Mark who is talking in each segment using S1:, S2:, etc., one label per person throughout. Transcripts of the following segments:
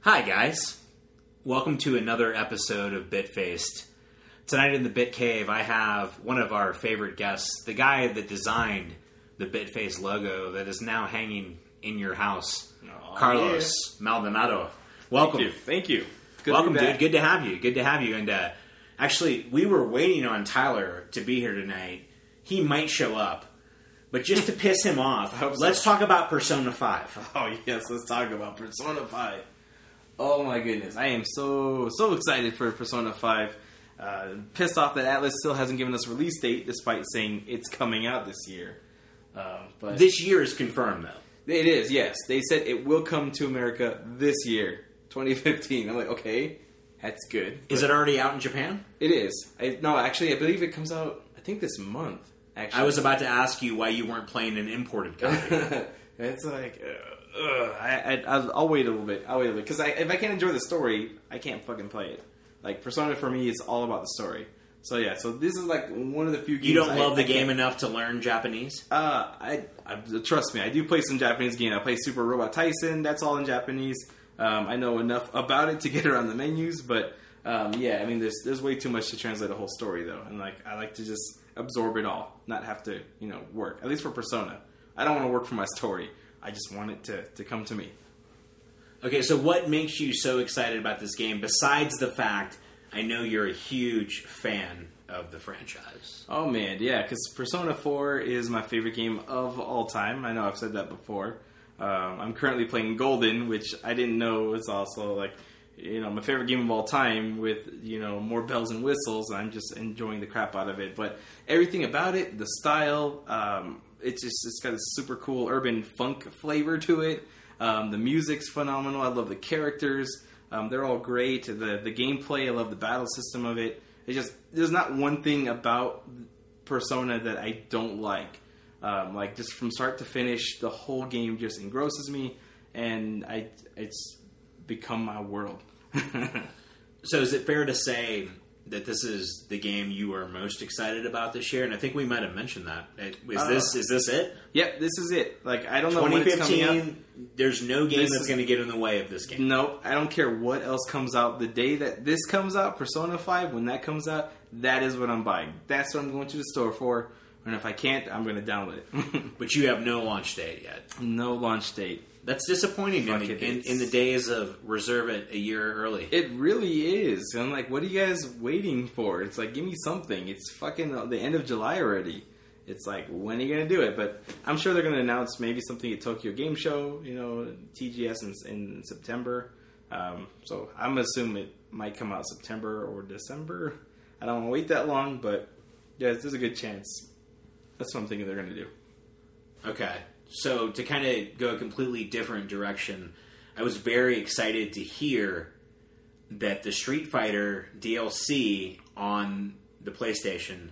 S1: Hi, guys. Welcome to another episode of Bitfaced. Tonight in the Bit Cave, I have one of our favorite guests, the guy that designed the Bitface logo that is now hanging in your house,
S2: Aw,
S1: Carlos Maldonado. Welcome.
S2: Thank you. Thank you. Good
S1: Welcome,
S2: to be
S1: dude.
S2: back.
S1: Good to have you. Good to have you. And uh, actually, we were waiting on Tyler to be here tonight. He might show up, but just to piss him off,
S2: hope so.
S1: let's talk about Persona Five.
S2: Oh yes, let's talk about Persona Five. Oh my goodness, I am so so excited for Persona Five. Uh, pissed off that Atlas still hasn't given us a release date, despite saying it's coming out this year. Um, but
S1: This year is confirmed, though.
S2: it is yes, they said it will come to America this year, 2015. I'm like, okay, that's good.
S1: Is it already out in Japan?
S2: It is. I, no, actually, I believe it comes out. I think this month. Actually,
S1: I was about to ask you why you weren't playing an imported copy.
S2: it's like, uh, ugh. I, I, I'll, I'll wait a little bit. I'll wait a little because I, if I can't enjoy the story, I can't fucking play it. Like Persona for me is all about the story. So yeah, so this is like one of the few games
S1: you don't
S2: I-
S1: love the
S2: I
S1: game
S2: can't-
S1: enough to learn Japanese?
S2: Uh, I, I trust me, I do play some Japanese game. I play Super Robot Tyson. That's all in Japanese. Um, I know enough about it to get around the menus, but um, yeah, I mean, there's there's way too much to translate a whole story though, and like I like to just absorb it all, not have to you know work. At least for Persona, I don't want to work for my story. I just want it to to come to me.
S1: Okay, so what makes you so excited about this game besides the fact I know you're a huge fan of the franchise?
S2: Oh man, yeah, because Persona 4 is my favorite game of all time. I know I've said that before. Um, I'm currently playing Golden, which I didn't know was also like, you know, my favorite game of all time with, you know, more bells and whistles. I'm just enjoying the crap out of it. But everything about it, the style, um, it's just, it's got a super cool urban funk flavor to it. Um, the music's phenomenal. I love the characters. Um, they're all great. The, the gameplay, I love the battle system of it. It's just there's not one thing about Persona that I don't like. Um, like just from start to finish, the whole game just engrosses me, and I it's become my world.
S1: So is it fair to say that this is the game you are most excited about this year? And I think we might have mentioned that. Is
S2: Uh,
S1: this is this it?
S2: yep, this is it. Like I don't know when it's coming out.
S1: 2015. There's no game
S2: This
S1: that's
S2: is-
S1: going to get in the way of this game.
S2: Nope, I don't care what else comes out. The day that this comes out, Persona 5, when that comes out, that is what I'm buying. That's what I'm going to the store for. And if I can't, I'm going to download it.
S1: But you have no launch date yet.
S2: no launch date.
S1: That's disappointing in
S2: Fuck
S1: the,
S2: it,
S1: in,
S2: it's-
S1: in the days of reserve it a year early.
S2: It really is. And I'm like, what are you guys waiting for? It's like, give me something. It's fucking the end of July already. It's like, when are you gonna do it? But I'm sure they're gonna announce maybe something at Tokyo Game Show. You know, TGS in, in September. Um, so I'm assuming it might come out September or December. I don't want to wait that long, but yeah, there's a good chance. That's what I'm thinking they're gonna do.
S1: Okay. So to kind of go a completely different direction, I was very excited to hear that the Street Fighter DLC on the PlayStation,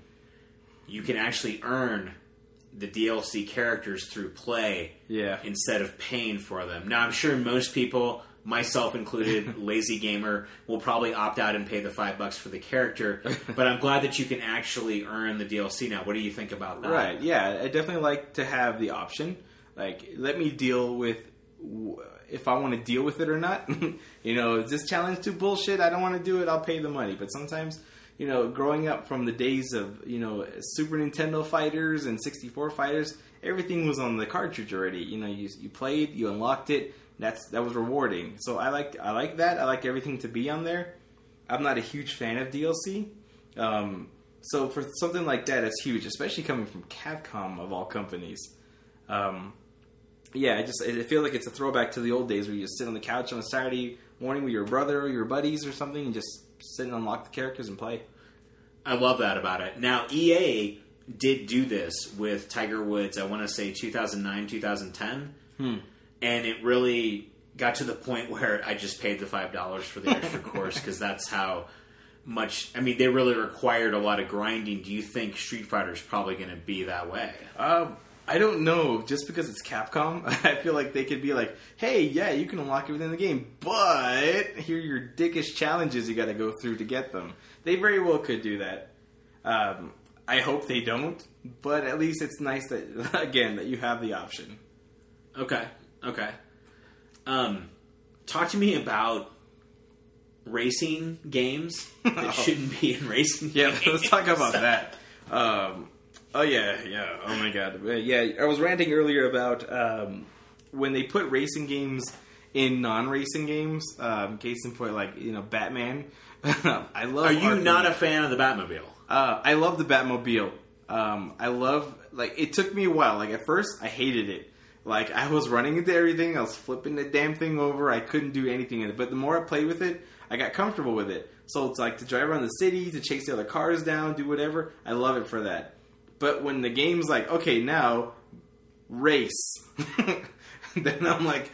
S1: you can actually earn the DLC characters through play
S2: Yeah.
S1: instead of paying for them. Now, I'm sure most people, myself included, lazy gamer, will probably opt out and pay the five bucks for the character. But I'm glad that you can actually earn the DLC now. What do you think about that?
S2: Right. Yeah, I definitely like to have the option. Like, let me deal with w- if I want to deal with it or not. you know, is this challenge too bullshit? I don't want to do it. I'll pay the money. But sometimes, you know, growing up from the days of you know Super Nintendo fighters and 64 fighters, everything was on the cartridge already. You know, you you played, you unlocked it. That's that was rewarding. So I like I like that. I like everything to be on there. I'm not a huge fan of DLC. Um, so for something like that, it's huge, especially coming from Capcom of all companies. Um, yeah, I just I feel like it's a throwback to the old days where you just sit on the couch on a Saturday morning with your brother or your buddies or something and just sit and unlock the characters and play.
S1: I love that about it. Now, EA did do this with Tiger Woods, I want to say 2009, 2010.
S2: Hmm.
S1: And it really got to the point where I just paid the $5 for the extra course because that's how much. I mean, they really required a lot of grinding. Do you think Street Fighter is probably going to be that way?
S2: Um, I don't know. Just because it's Capcom, I feel like they could be like, "Hey, yeah, you can unlock everything in the game, but here are your dickish challenges you got to go through to get them." They very well could do that. Um, I hope they don't, but at least it's nice that again that you have the option.
S1: Okay. Okay. Um, talk to me about racing games that
S2: Oh.
S1: shouldn't be in racing.
S2: Yeah, let's talk
S1: games.
S2: about that. Um, oh yeah, yeah. Oh my god, Uh, yeah. I was ranting earlier about um, when they put racing games in non-racing games. Um, case in point, like you know, Batman. I love.
S1: Are you
S2: Arkham.
S1: not a fan of the Batmobile?
S2: Uh, I love the Batmobile. Um, I love like it took me a while. Like at first, I hated it. Like I was running into everything, I was flipping the damn thing over. I couldn't do anything in it. But the more I played with it, I got comfortable with it. So it's like to drive around the city, to chase the other cars down, do whatever. I love it for that. But when the game's like, okay, now race. then I'm like,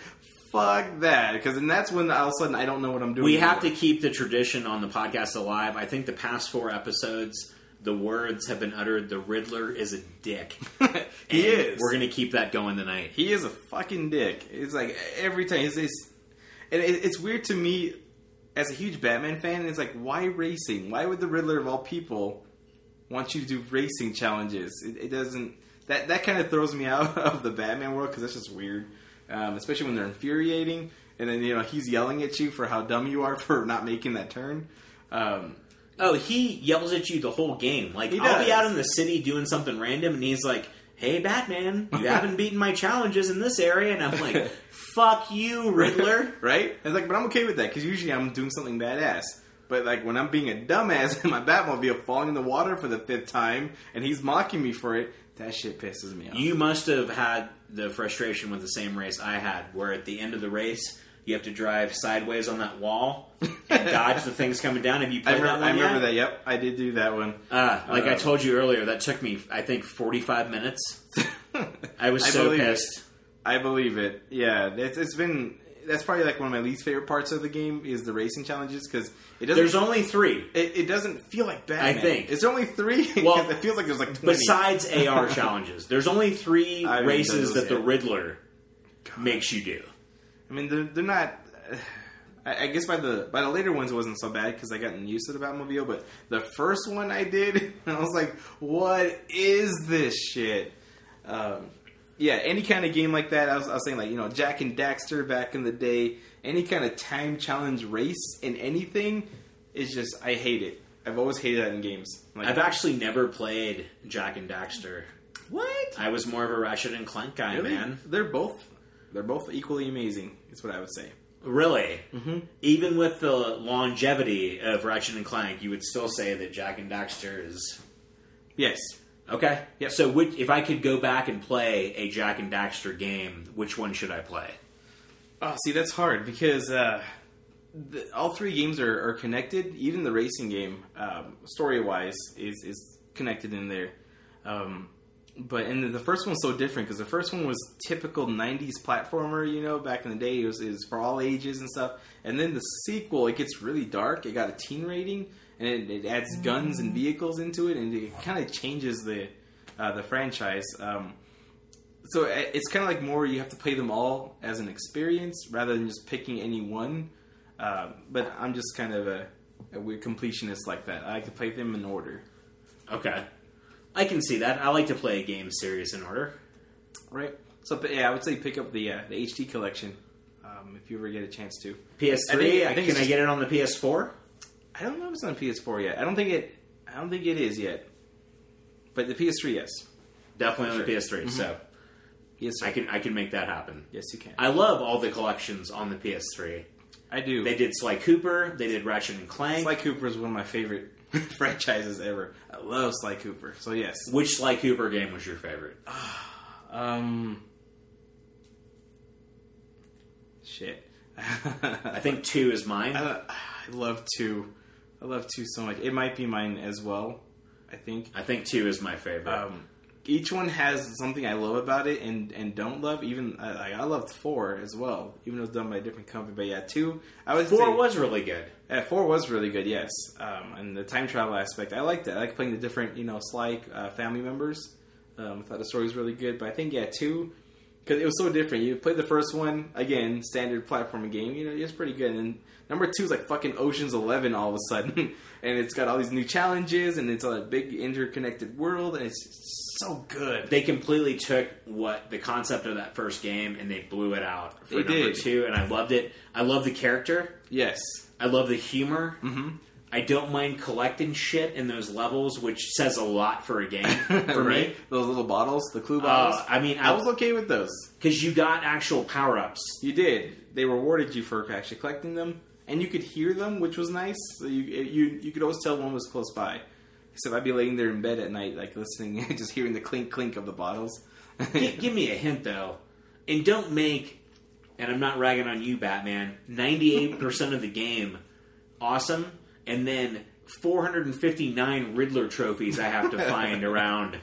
S2: fuck that, because then that's when all of a sudden I don't know what I'm doing.
S1: We have
S2: anymore.
S1: to keep the tradition on the podcast alive. I think the past four episodes, the words have been uttered. The Riddler is a dick.
S2: he
S1: And
S2: is.
S1: We're gonna keep that going tonight.
S2: He is a fucking dick. It's like every time it's, it's and it, it's weird to me as a huge Batman fan. It's like why racing? Why would the Riddler of all people want you to do racing challenges? It, it doesn't. That that kind of throws me out of the Batman world because that's just weird. Um, especially when they're infuriating, and then you know he's yelling at you for how dumb you are for not making that turn. Um,
S1: Oh, he yells at you the whole game. Like
S2: He
S1: I'll be
S2: does.
S1: out in the city doing something random, and he's like, "Hey, Batman, you haven't beaten my challenges in this area," and I'm like, "Fuck you, Riddler."
S2: right? It's like, but I'm okay with that because usually I'm doing something badass. But like when I'm being a dumbass and my Batmobile falling in the water for the fifth time and he's mocking me for it, that shit pisses me off.
S1: You must have had the frustration with the same race I had, where at the end of the race you have to drive sideways on that wall and dodge the things coming down. Have you
S2: I
S1: played that
S2: remember,
S1: one
S2: I remember
S1: yet?
S2: that. Yep, I did do that one.
S1: Uh, like I
S2: Uh,
S1: told you earlier, that took me I think forty five minutes. I was
S2: I
S1: so
S2: believe it.
S1: pissed.
S2: I believe it. Yeah, it's, it's been. That's probably like one of my least favorite parts of the game is the racing challenges because it doesn't.
S1: There's only three
S2: it, it doesn't feel like Batman.
S1: think.
S2: it's only three. 'cause
S1: Well,
S2: it feels like there's like twenty.
S1: besides AR challenges. There's only three
S2: I haven't done
S1: races
S2: those
S1: that the
S2: yet.
S1: Riddler makes you do.
S2: I mean, they're, they're not. I I guess by the by the later ones it wasn't so bad because I gotten used to the Batmobile, but the first one I did, I was like, "What is this shit?" Um, yeah, any kind of game like that, I was, I was saying like you know Jack and Daxter back in the day, any kind of time challenge race in anything is just I hate it. I've always hated that in games. Like,
S1: I've actually never played Jack and Daxter.
S2: what?
S1: I was more of a Ratchet and Clank guy,
S2: Really?
S1: man.
S2: They're both they're both equally amazing. Is what I would say.
S1: Really? Mm-hmm. Even with the longevity of Ratchet and Clank, you would still say that Jack and Daxter is
S2: Yes.
S1: okay.
S2: Yep.
S1: So, which, if I could go back and play a Jack and Daxter game, which one should I play?
S2: Oh, see, that's hard because uh, the, all three games are, are connected. Even the racing game, um, story wise, is is connected in there. Um, but and the, the first one's so different because the first one was typical '90s platformer, you know, back in the day. It was, it was for all ages and stuff. And then the sequel, it gets really dark. It got a teen rating, and it, it adds guns and vehicles into it, and it kind of changes the uh, the franchise. Um, so i- it's kind of like more you have to play them all as an experience rather than just picking any one. Um, but I'm just kind of a, a weird completionist like that. I like to play them in order.
S1: Okay, I can see that. I like to play a game series in order.
S2: Right. So but yeah, I would say pick up the uh, the HD collection um, if you ever get a chance to.
S1: PS3.
S2: I think- I think
S1: can
S2: it's
S1: I
S2: just-
S1: get it on the PS4?
S2: I don't know if it's on PS4 yet. I don't think it. I don't think it is yet. But the PS3, yes,
S1: Definitely on the PS3. So
S2: Mm-hmm. yes, sir.
S1: I can I can make that happen.
S2: yes, you can. I,
S1: I love all the collections on the PS3.
S2: do.
S1: They did Sly Cooper. They did Ratchet and Clank.
S2: Sly Cooper is one of my favorite franchises ever. I love Sly Cooper. So yes.
S1: Which Sly Cooper game was your favorite?
S2: Oh, Um. Shit.
S1: I
S2: I,
S1: think two is mine.
S2: I love two. I love two so much. It might be mine as well. I think.
S1: I think two is my favorite.
S2: Um, each one has something I love about it and and don't love. Even I, I loved four as well, even though it's done by a different company. But yeah, two. I would
S1: Four
S2: say,
S1: was really good.
S2: Yeah, four was really good, yes. Um, and the time travel aspect, I liked it. I like playing the different, you know, Sly uh, family members. Um, I thought the story was really good, but I think yeah, two because it was so different. You play the first one again, standard platforming game. You know, it's pretty good. And number two is like fucking Ocean's Eleven all of a sudden, and it's got all these new challenges, and it's a big interconnected world, and it's so good.
S1: They completely took what the concept of that first game and they blew it out for
S2: They
S1: number
S2: did.
S1: two, and I loved it. I love the character.
S2: Yes,
S1: I love the humor. Mm-hmm. I don't mind collecting shit in those levels, which says a lot for a game for me.
S2: Right? those little bottles, the clue bottles.
S1: Uh, I mean, I-
S2: I was okay with those.
S1: Because you got actual power ups.
S2: You did. They rewarded you for actually collecting them, and you could hear them, which was nice. So you you you could always tell one was close by. So I'd be laying there in bed at night, like listening, and just hearing the clink clink of the bottles.
S1: G- give me a hint though, and don't make. And I'm not ragging on you, Batman. Ninety-eight percent of the game, awesome, and then 459 Riddler trophies I have to find around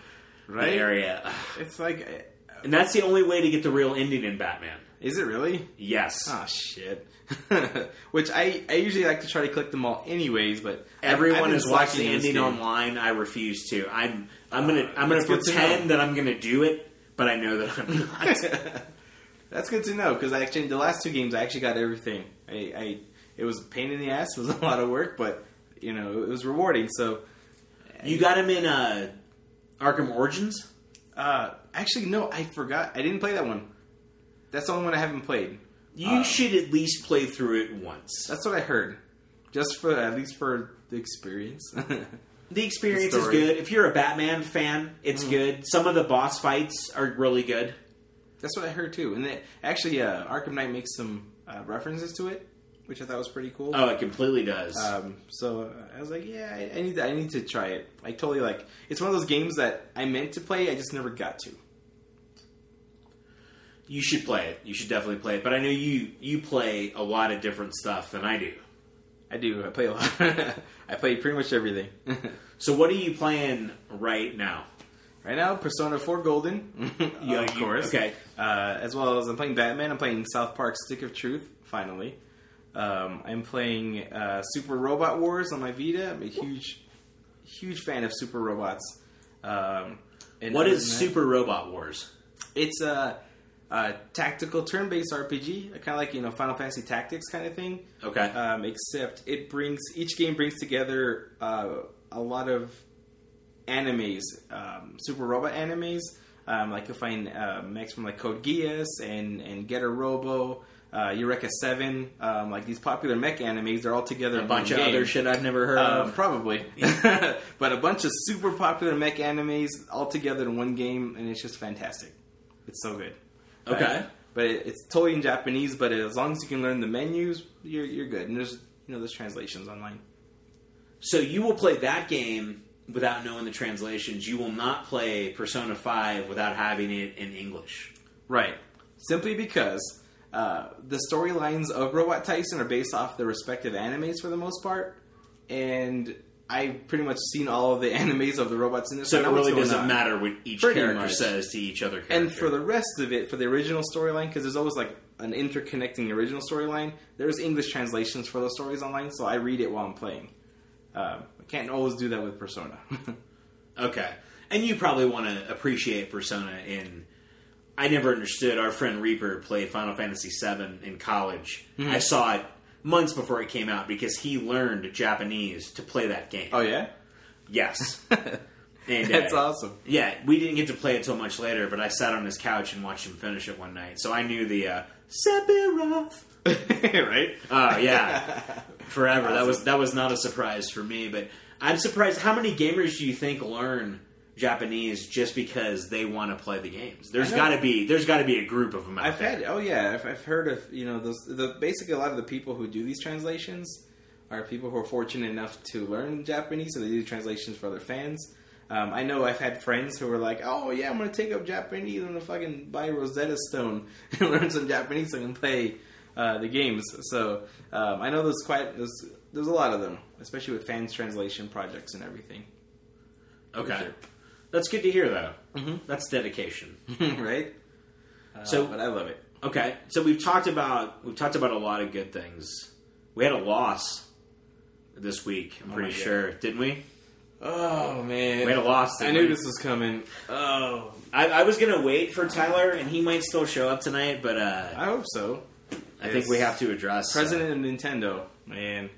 S2: Right?
S1: the area,
S2: it's like, eh,
S1: and that's the only way to get the real ending in Batman.
S2: is it really?
S1: Yes,
S2: Oh shit! which I I usually like to try to collect them all, anyways. But I- I've
S1: everyone
S2: been
S1: is watching
S2: slacking
S1: the
S2: in this
S1: ending
S2: game.
S1: online. I refuse to. I'm I'm gonna I'm gonna
S2: Uh, that's good to
S1: pretend that I'm gonna do it, but I know that I'm not.
S2: That's good to know because I actually the last two games I actually got everything. I, I it was a pain in the ass. It was a lot of work, but you know it was rewarding. So
S1: you got him in uh, Arkham Origins.
S2: Uh, actually, no, I forgot. I didn't play that one. That's the only one I haven't played.
S1: You
S2: Uh,
S1: should at least play through it once.
S2: That's what I heard. Just for at least for the experience.
S1: The Mm. experience
S2: the
S1: is
S2: story.
S1: good. If you're a Batman fan, it's good. Some of the boss fights are really good.
S2: That's what I heard too. And it, actually, uh, Arkham Knight makes some uh, references to it, which I thought was pretty cool.
S1: Oh, it completely does.
S2: Um, so uh, I was like, yeah, I, I need to, I need to try it. I totally like. It's one of those games that I meant to play, I just never got to.
S1: you should play it. You should definitely play it. But I know you you play a lot of different stuff than I do.
S2: I do. I play a lot. I play pretty much everything.
S1: So what are you playing right now?
S2: Right now, Persona 4 Golden.
S1: Yeah,
S2: of
S1: Oh, you-
S2: course.
S1: okay.
S2: Uh, as well as I'm playing Batman, I'm playing South Park Stick of Truth, finally. Um, I'm playing uh, Super Robot Wars on my Vita. I'm a huge, huge fan of Super Robots. Um, and
S1: What
S2: other
S1: is
S2: than that-
S1: Super Robot Wars?
S2: It's a, a tactical turn based RPG, kind of like, you know, Final Fantasy Tactics kind of thing
S1: Okay.
S2: um, except it brings each game brings together uh, a lot of animes, um, super robot animes. Um, like you'll find uh, mechs from like Code Geass and and Getter Robo, uh, Eureka Seven, um, like these popular mech animes. They're all together.
S1: a bunch of
S2: game.
S1: other shit Um, I've never heard
S2: Uh,
S1: of.
S2: probably, but a bunch of super popular mech animes all together in one game, and it's just fantastic. It's so good.
S1: Okay.
S2: Right? but it, it's totally in Japanese. But as long as you can learn the menus, you're you're good. And there's you know there's translations online.
S1: So you will play that game without knowing the translations. You will not play Persona 5 without having it in English.
S2: Right. Simply because uh, the storylines of Robot Tyson are based off the respective animes for the most part, and I've pretty much seen all of the animes of the robots in this.
S1: So
S2: I
S1: it
S2: know what's
S1: really
S2: going
S1: doesn't
S2: on.
S1: matter what each
S2: Pretty
S1: character
S2: much.
S1: says to each other character.
S2: And for the rest of it, for the original storyline, because there's always like an interconnecting original storyline, there's English translations for those stories online, so I read it while I'm playing. Um, I can't always do that with Persona.
S1: Okay. And you probably want to appreciate Persona in. I never understood. Our friend Reaper played Final Fantasy VII in college.
S2: Hmm.
S1: I saw it months before it came out because he learned Japanese to play that game.
S2: oh yeah,
S1: Yes. and,
S2: that's
S1: uh,
S2: awesome.
S1: Yeah, we didn't get to play it till much later, but I sat on his couch and watched him finish it one night. So I knew the uh, Sephiroth.
S2: right?
S1: Oh yeah, forever. That was that was not a surprise for me, but I'm surprised. How many gamers do you think learn Japanese just because they want to play the games? There's
S2: I know.
S1: got to be there's got to be a group of them out
S2: I've
S1: there.
S2: had oh yeah, I've, I've heard of you know those the basically a lot of the people who do these translations are people who are fortunate enough to learn Japanese, so they do translations for their fans. Um, I know I've had friends who were like, "Oh yeah, I'm gonna take up Japanese. I'm gonna fucking buy Rosetta Stone and learn some Japanese so I can play uh, the games." So um, I know there's quite there's there's a lot of them, especially with fans translation projects and everything,
S1: okay,
S2: sure. Mm-hmm.
S1: that's good to hear though. That's dedication.
S2: right?
S1: So-
S2: So, but I love it.
S1: Okay, so we've talked about we've talked about a lot of good things. We had a loss this week. I'm pretty
S2: Oh my God.
S1: sure, didn't we?
S2: Oh man,
S1: We had a loss.
S2: I
S1: didn't
S2: knew
S1: we?
S2: this was coming. Oh,
S1: I, I was gonna wait for Tyler, and he might still show up tonight, but uh,
S2: I hope so.
S1: I think
S2: Yes.
S1: we have to address uh,
S2: President of Nintendo, man,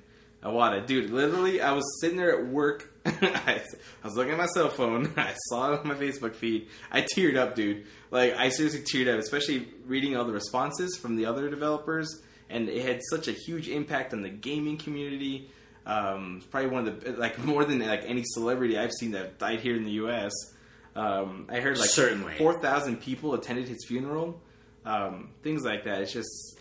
S2: Iwata, dude. Literally, I was sitting there at work. I, I was looking at my cell phone. I saw it on my Facebook feed. I teared up, dude. Like I seriously teared up, especially reading all the responses from the other developers, and it had such a huge impact on the gaming community. Um, it's probably one of the like more than like any celebrity I've seen that died here in the U.S. Um, I heard like
S1: Certainly.
S2: four thousand people attended his funeral. Um, things like that. It's just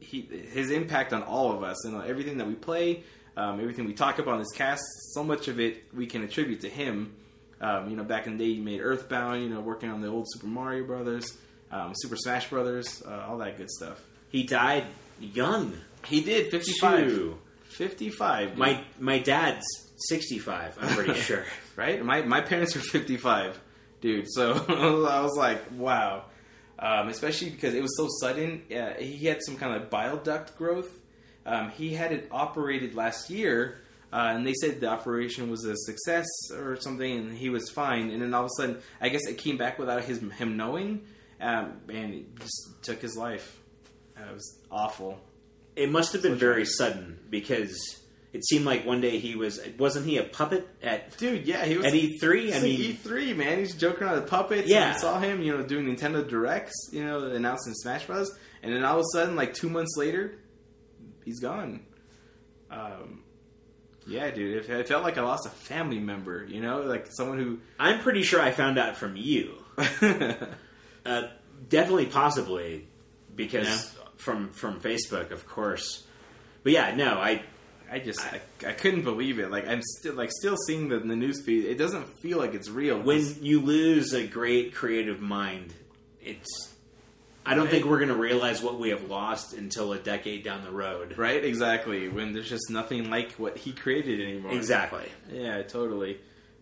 S2: he his impact on all of us and on everything that we play, um, everything we talk about in this cast. So much of it we can attribute to him. Um, you know, back in the day, he made Earthbound. You know, working on the old Super Mario Brothers, um, Super Smash Brothers, uh, all that good stuff.
S1: he died young.
S2: He did
S1: Shoo.
S2: 55. dude.
S1: My my dad's sixty five. I'm pretty sure.
S2: right? My my parents are 55, dude. So I was like, wow. Um, especially because it was so sudden. Uh, he had some kind of bile duct growth. Um, he had it operated last year, uh, and they said the operation was a success or something, and he was fine. And then all of a sudden, I guess it came back without his him knowing, um, and it just took his life. That was awful.
S1: It must have been very sudden because it seemed like one day he was. Wasn't he a puppet at
S2: Dude, yeah, he was
S1: at E three? I
S2: It's
S1: mean,
S2: like E3, man. He's joking on the puppets.
S1: Yeah.
S2: Yeah. We saw him, you know, doing Nintendo Directs, you know, announcing Smash Bros. And then all of a sudden, like two months later, he's gone. Um, yeah, dude. It, it felt like I lost a family member, you know, like someone who.
S1: I'm pretty sure I found out from you. Uh, definitely, possibly, because
S2: Yeah.
S1: from from Facebook, of course. But yeah, no, I
S2: I just I, I couldn't believe it. Like I'm still like still seeing the, the news feed. It doesn't feel like it's real.
S1: when you lose a great creative mind, it's. I don't think we're going to realize what we have lost until a decade down the road.
S2: right? Exactly. When there's just nothing like what he created anymore.
S1: Exactly.
S2: Yeah, totally.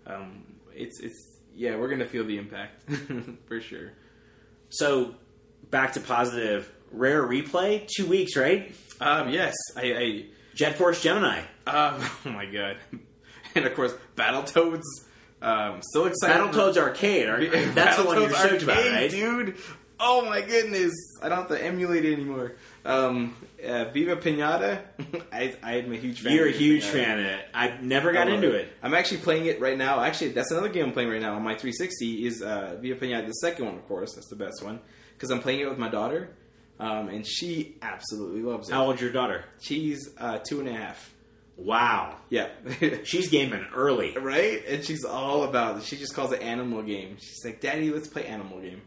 S2: Um, it's it's yeah, we're gonna feel the impact for sure.
S1: So, back to positive. Rare replay, two weeks, right?
S2: Um, yes, I,
S1: Jet Force Gemini.
S2: I um, oh my god, and of course Battletoads. Um, so excited.
S1: Battletoads Arcade. Ar- that's the one you're
S2: Battletoads
S1: stoked about,
S2: Arcade,
S1: right?
S2: dude? Oh my goodness, I don't have to emulate it anymore. Um, uh, Viva Pinata. I I am a huge fan.
S1: You're a
S2: of Viva
S1: huge
S2: Pinata.
S1: fan of it. I never
S2: I
S1: got
S2: love
S1: into it.
S2: I'm actually playing it right now. Actually, that's another game I'm playing right now on my 360 is uh, Via Pinata, the second one, of course. That's the best one because I'm playing it with my daughter, um, and she absolutely loves it.
S1: How old's your daughter?
S2: She's uh, two and a half.
S1: Wow.
S2: Yeah,
S1: She's gaming early.
S2: right. And she's all about. It. She just calls it animal game. She's like, "Daddy, let's play animal game."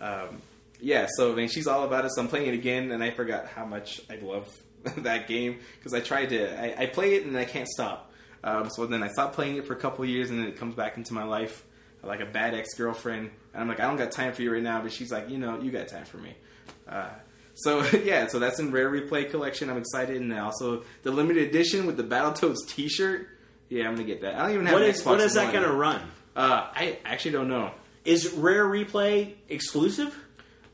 S2: Um, yeah, so I mean, she's all about it. So I'm playing it again, and I forgot how much I love that game because I tried to. I, I play it and I can't stop. Um, so then I stopped playing it for a couple years, and then it comes back into my life like a bad ex girlfriend. And I'm like, I don't got time for you right now, but she's like, you know, you got time for me. Uh, so yeah, so that's in rare replay collection. I'm excited, and also the limited edition with the Battletoads T-shirt. Yeah, I'm gonna get that. I don't even have
S1: What
S2: an
S1: is
S2: Xbox
S1: what is that
S2: One.
S1: going to run?
S2: Uh, I actually don't know.
S1: Is Rare Replay exclusive?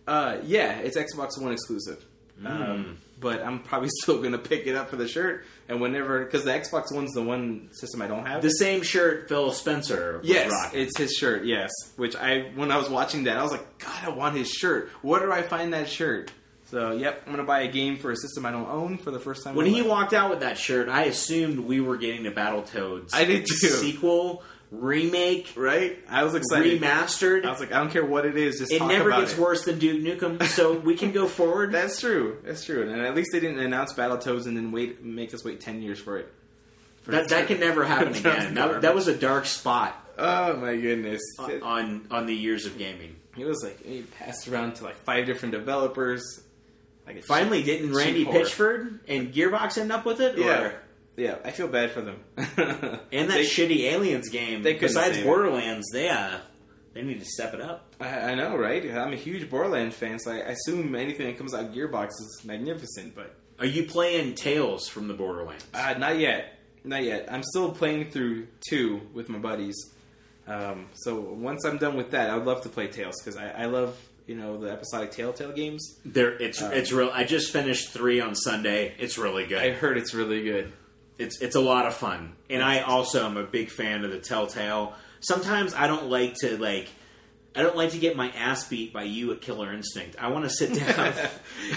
S2: Uh, yeah, it's Xbox One exclusive.
S1: Hmm.
S2: Um, but I'm probably still gonna pick it up for the shirt, and whenever because the Xbox One's the one system I don't have.
S1: The same shirt Phil Spencer was
S2: yes,
S1: rocking.
S2: it's his shirt. Yes, which I when I was watching that, I was like, God, I want his shirt. Where do I find that shirt? So, yep, I'm gonna buy a game for a system I don't own for the first time.
S1: when
S2: in
S1: he
S2: my life.
S1: walked out with that shirt, I assumed we were getting the Battletoads
S2: I did too.
S1: sequel, remake,
S2: right, I was excited.
S1: remastered.
S2: I was like, I don't care what it is, just
S1: it
S2: talk
S1: never
S2: about
S1: gets
S2: it.
S1: worse than Duke Nukem, so we can go forward.
S2: That's true. That's true. And at least they didn't announce Battletoads and then wait, make us wait ten years for it. For
S1: that, that can never happen
S2: That's
S1: again. That,
S2: garbage.
S1: that was a dark spot
S2: Oh my goodness!
S1: Uh, on on the years of gaming.
S2: It was like it passed around to like five different developers. Like it's
S1: Finally, didn't Randy
S2: horror.
S1: Pitchford and Gearbox end up with it?
S2: yeah,
S1: Or-
S2: yeah. I feel bad for them.
S1: and that
S2: They-
S1: shitty Aliens game.
S2: they couldn't
S1: besides
S2: save it.
S1: Borderlands, they uh, they need to step it up.
S2: I, I know, right? I'm a huge Borderlands fan, so I assume anything that comes out of Gearbox is magnificent. But
S1: Are you playing Tales from the Borderlands?
S2: uh, not yet, not yet. I'm still playing through two with my buddies. Um, so once I'm done with that, I would love to play Tales because I, I love you know the episodic Telltale games.
S1: There, it's it's real. I just finished three on Sunday. It's really good.
S2: I heard it's really good.
S1: It's it's a lot of fun, and I also am a big fan of the Telltale. Sometimes I don't like to like. I don't like to get my ass beat by you at Killer Instinct. I want to sit down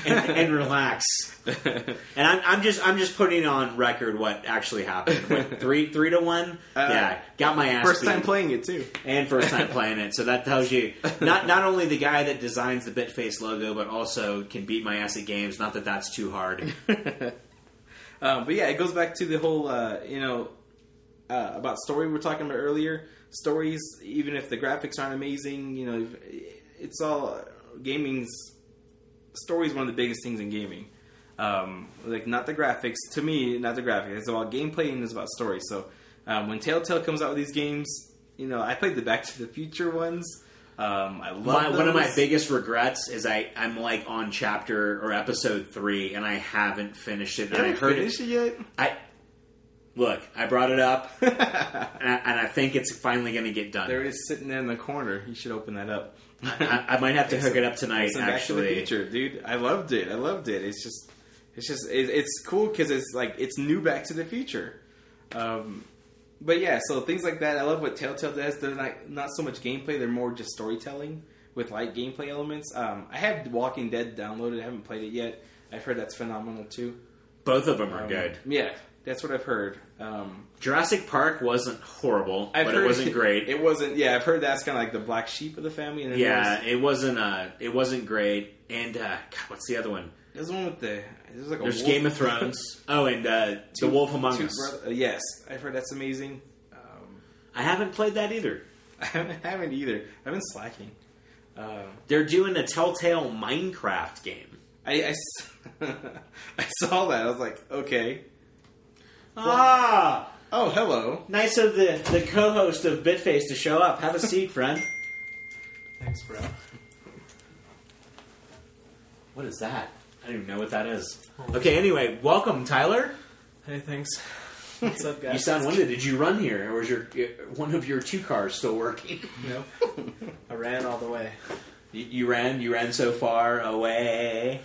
S1: and, and relax. And I'm, I'm just I'm just putting on record what actually happened. What, three three to one. yeah, got my ass
S2: First
S1: beat
S2: time playing it too.
S1: and first time playing it. So that tells you not not only the guy that designs the Bitface logo, but also can beat my ass at games. Not that that's too hard.
S2: Um, but yeah, it goes back to the whole uh, you know uh, about story we were talking about earlier. Stories, even if the graphics aren't amazing, you know, if- it's all gaming's story is one of the biggest things in gaming. Um, like not the graphics to me, not the graphics. It's about gameplay and it's about story. So um, when Telltale comes out with these games, you know, I played the Back to the Future ones. Um, I love
S1: My, one of my
S2: those.
S1: biggest regrets is I I'm like on chapter or episode three, and I haven't finished it. And I
S2: Haven't
S1: heard it.
S2: finished it
S1: I look, I brought it up, and
S2: yet.
S1: I, and I think it's finally going to get done.
S2: There it is sitting there in the corner. You should open that up.
S1: I, I might have to hook it up tonight.
S2: Some Back to the
S1: Actually,
S2: Future, dude. I loved it. I loved it. It's just, it's just, it, it's cool because it's like it's new Back to the Future. Um, but yeah, so things like that. I love what Telltale does. They're not not so much gameplay. They're more just storytelling with light gameplay elements. Um, I have Walking Dead downloaded. I haven't played it yet. I've heard that's phenomenal too.
S1: both of them are
S2: Um,
S1: good.
S2: Yeah, that's what I've heard. Um,
S1: Jurassic Park wasn't horrible,
S2: I've
S1: but
S2: heard
S1: it wasn't great.
S2: It wasn't. Yeah, I've heard that's kind of like the black sheep of the family. And then there's-
S1: Yeah, it wasn't. Uh, it wasn't great. And uh, God, what's the other one?
S2: There's one with the. There's like a
S1: There's
S2: wolf-
S1: Game of Thrones. Oh, and uh, The Wolf Among
S2: two
S1: Us.
S2: broth- uh, yes, I've heard that's amazing. Um,
S1: I haven't played that either.
S2: I haven't, I haven't either. I've been slacking. Um,
S1: They're doing a Telltale Minecraft game.
S2: I, I s- I saw that. I was like, okay.
S1: Ah,
S2: Oh, hello.
S1: nice of the the co-host of Bitface to show up. Have a seat, friend.
S2: Thanks, bro.
S1: What is that? I don't even know what that is. Okay, anyway, welcome, Tyler.
S3: Hey, thanks. What's up, guys?
S1: You sound winded. Did you run here, or was your one of your two cars still working?
S3: Nope. I ran all the way.
S1: You, you ran, you ran so far away.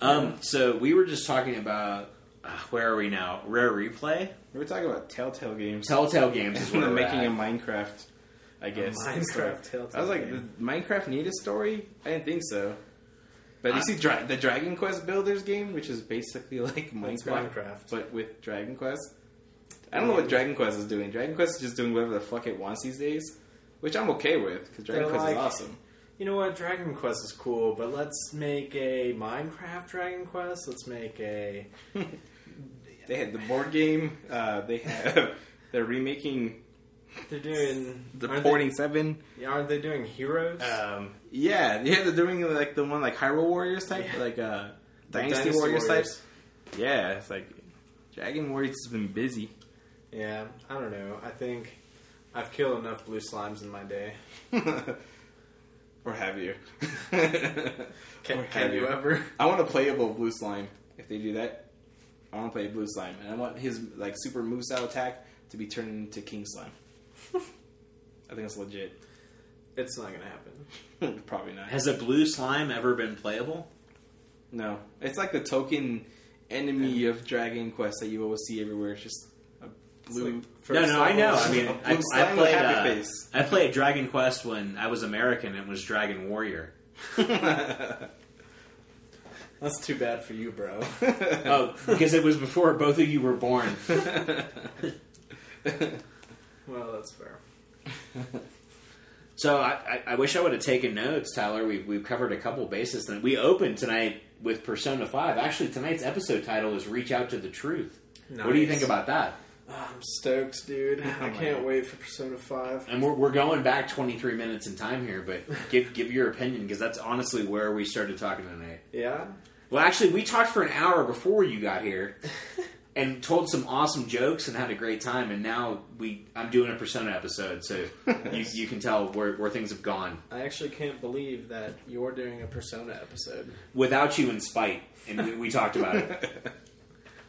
S1: Um, so we were just talking about uh, where are we now? Rare replay,
S2: We're talking about Telltale games.
S1: Telltale games is
S2: Telltale
S1: where
S2: are
S1: we're
S2: making
S1: at.
S2: a Minecraft. I guess
S3: Minecraft
S2: I
S3: Telltale
S2: was like,
S3: game.
S2: did Minecraft need a story? I didn't think so. But
S1: I-
S2: you see, Dra- the Dragon Quest Builders game, which is basically like
S3: It's
S2: Minecraft,
S3: Minecraft.
S2: but with Dragon Quest. I don't know what Dragon Quest is doing. Dragon Quest is just doing whatever the fuck it wants these days, which I'm okay with because Dragon
S3: They're
S2: Quest
S3: like-
S2: is awesome.
S3: You know what? Dragon Quest is cool, but let's make a Minecraft Dragon Quest. Let's make a.
S2: They had the board game. Uh, they have they're remaking
S3: They're doing.
S2: the
S3: aren't
S2: Porting Seven.
S3: They, aren't they doing Heroes?
S1: Uh,
S2: Um, yeah, yeah, they're doing like the one like Hyrule Warriors type,
S3: Yeah.
S2: like uh,
S3: The
S2: Dynasty, Warriors, type. Yeah, it's like Dragon Warriors has been busy.
S3: Yeah, I don't know. I think I've killed enough blue slimes in my day.
S2: or have you?
S3: Can,
S2: Or
S3: can
S2: have
S3: you ever?
S2: I want a playable blue slime. If they do that, I want to play blue slime, and I want his like super moose out attack to be turned into king slime. I think that's legit.
S3: It's not gonna happen.
S2: Probably not.
S1: Has a blue slime ever been playable?
S2: No, it's like the token enemy of Dragon Quest that you always see everywhere. It's just a blue.
S3: like
S1: no, no, I know. I mean,
S2: Blue
S1: I, I
S2: slime with
S1: played.
S2: happy
S1: uh,
S2: face.
S1: I played Dragon Quest when I was American. and It was Dragon Warrior.
S3: That's too bad for you, bro.
S1: Oh, because it was before both of you were born.
S3: well, that's fair.
S1: So I, I, I wish I would have taken notes, Tyler. We've, we've covered a couple bases. Then we opened tonight with Persona Five. Actually, tonight's episode title is "Reach Out to the Truth." What do you
S3: Nice.
S1: think about that?
S3: Ah, I'm stoked, dude. I
S2: my
S3: can't
S2: God.
S3: wait for Persona 5.
S1: And we're, we're going back 23 minutes in time here, but give give your opinion because that's honestly where we started talking tonight.
S3: Yeah?
S1: Well, actually, we talked for an hour before you got here, and told some awesome jokes and had a great time. And now we I'm doing a Persona episode, so you, you can tell where, where things have gone
S3: I actually can't believe that you're doing a Persona episode.
S1: without you in spite. And we, we talked about it.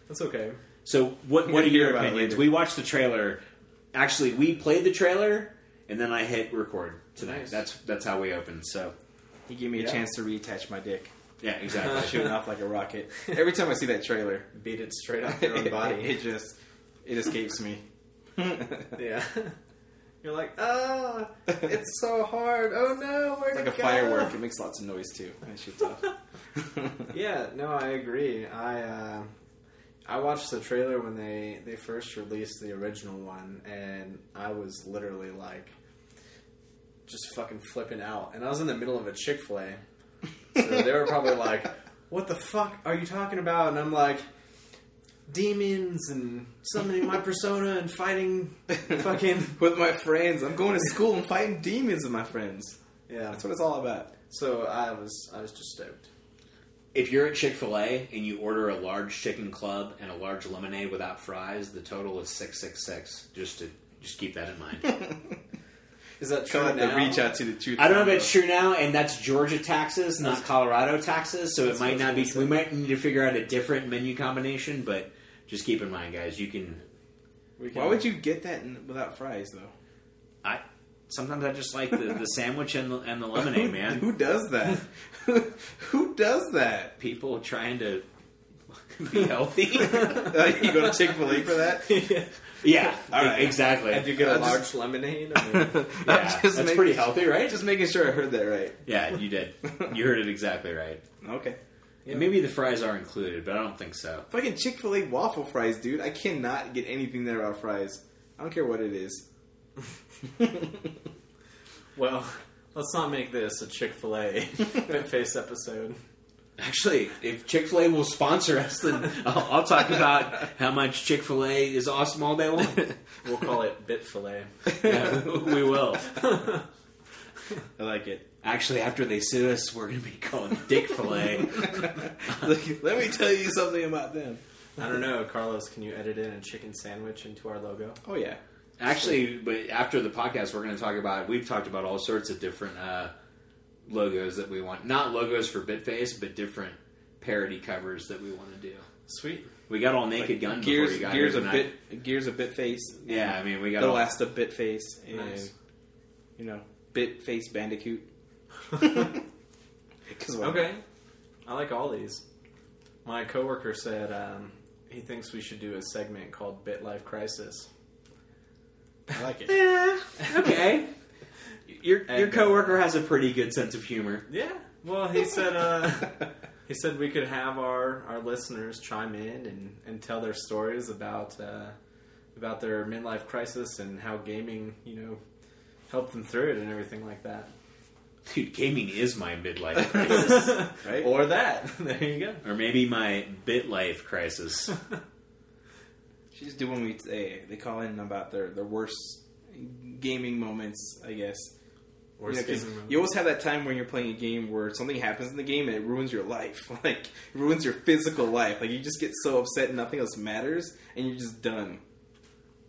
S3: That's okay.
S1: So what what are
S2: gonna hear
S1: your
S2: about it
S1: opinions?
S2: later.
S1: We watched the trailer. Actually, we played the trailer, and then I hit record tonight.
S3: Nice.
S1: That's that's how we opened. So.
S2: He gave me
S3: Yeah.
S2: a chance to reattach my dick.
S1: Yeah, exactly.
S2: shooting off like a rocket. Every time I see that trailer,
S3: Beat it straight off your own
S2: it,
S3: body.
S2: just it escapes me. it's
S3: yeah. You're like, oh, it's so hard. Oh no, where
S2: like
S3: to
S2: a
S3: go?
S2: firework. It makes lots of noise too. when It shoots off.
S3: Yeah, no, I agree. I uh, I watched the trailer when they they first released the original one, and I was literally like, just fucking flipping out. And I was in the middle of a Chick Fil A, so they were probably like, "What the fuck are you talking about?" And I'm like, "Demons and summoning my persona and fighting fucking
S2: with my friends. I'm going to school and fighting demons with my friends.
S3: yeah."
S2: That's what it's all about.
S3: So I was I was just stoked.
S1: if you're at Chick Fil A and you order a large chicken club and a large lemonade without fries, the total is six six six. Just to just keep that in mind.
S3: Is that true
S2: Trying
S3: now?
S2: to reach out to the truth.
S1: I don't know if it's true now, and that's Georgia taxes, not Colorado taxes. So it might not be. We might need to figure out a different menu combination, but just keep in mind, guys. You can.
S3: We can-
S2: Why would you get that in, without fries though?
S1: I sometimes I just like the, the sandwich and the, and the lemonade,
S2: who,
S1: man.
S2: Who does that? who does that?
S1: People trying to be healthy.
S2: you go to Chick Fil A for that?
S1: yeah,
S2: All right.
S1: exactly.
S3: And you get a
S2: I'm just-
S3: large lemonade. I mean,
S1: Yeah, that's pretty healthy, right?
S2: Just making sure I heard that right.
S1: Yeah, you did. You heard it exactly right.
S2: Okay.
S1: And maybe the fries are included, but I don't think so.
S2: Fucking Chick Fil A waffle fries, dude. I cannot get anything there about fries. I don't care what it is.
S3: Well, let's not make this a Chick fil A face episode.
S1: Actually, if Chick Fil A will sponsor us, then I'll, I'll talk about how much Chick Fil A is awesome all day long.
S3: We'll call it Bit Filet.
S1: Yeah, we will.
S2: I like it.
S1: Actually, after they sue us, we're going to be calling Dick Filet.
S2: Look, let me tell you something about them.
S3: I don't know, Carlos, can you edit in a chicken sandwich into our logo?
S2: Oh yeah.
S1: Actually, but after the podcast, we're going to talk about. We've talked about all sorts of different uh, logos that we want. Not logos for Bitface, but different parody covers that we want to do.
S3: Sweet.
S1: We got all naked gun
S2: gears,
S1: before you got
S2: gears
S1: here
S2: a
S1: tonight.
S2: bit, gears a bit face.
S1: Yeah, I mean we got
S2: The
S1: all,
S2: last of bit face and
S3: Nice.
S2: you know bit face bandicoot. 'Cause why not?
S3: Okay. I like all these. My coworker said um, he thinks we should do a segment called Bit Life Crisis.
S2: I like it.
S1: Yeah, Eh, okay. Your your
S3: And, uh,
S1: coworker has a pretty good sense of humor.
S3: Yeah. Well, he said uh, he said we could have our, our listeners chime in and, and tell their stories about uh, about their midlife crisis and how gaming you know helped them through it and everything like that.
S1: Dude, gaming is my midlife crisis,
S2: Right?
S3: Or that. There you go.
S1: or maybe my bitlife crisis.
S2: She just do when we they, they call in about their their worst gaming moments, I guess. You, know, 'cause you always have that time when you're playing a game where something happens in the game and it ruins your life, like it ruins your physical life. Like you just get so upset and nothing else matters, and you're just done.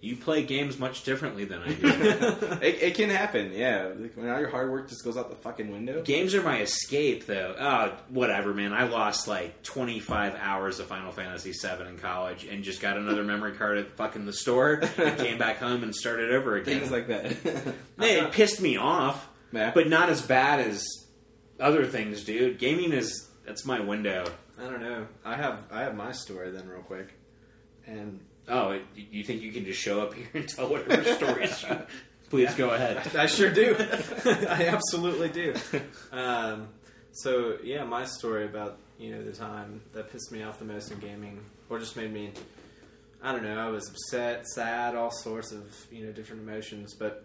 S1: You play games much differently than I do.
S2: It, it can happen, yeah. Like, when all your hard work just goes out the fucking window.
S1: games are my escape, though. Oh, whatever, man. I lost like 25 hours of Final Fantasy VII in college, and just got another memory card at fucking the store, and came back home and started over again.
S2: Things like that.
S1: Man, it pissed me off,
S2: Yeah.
S1: but not as bad as other things, dude. Gaming is that's my window.
S3: I don't know. I have I have my story then real quick. And
S1: Oh, it, you think you can just show up here and tell whatever stories? you... Please go ahead.
S3: I sure do. I absolutely do. Um, so yeah, my story about you know the time that pissed me off the most in gaming, or just made me, I don't know, I was upset, sad, all sorts of you know different emotions. But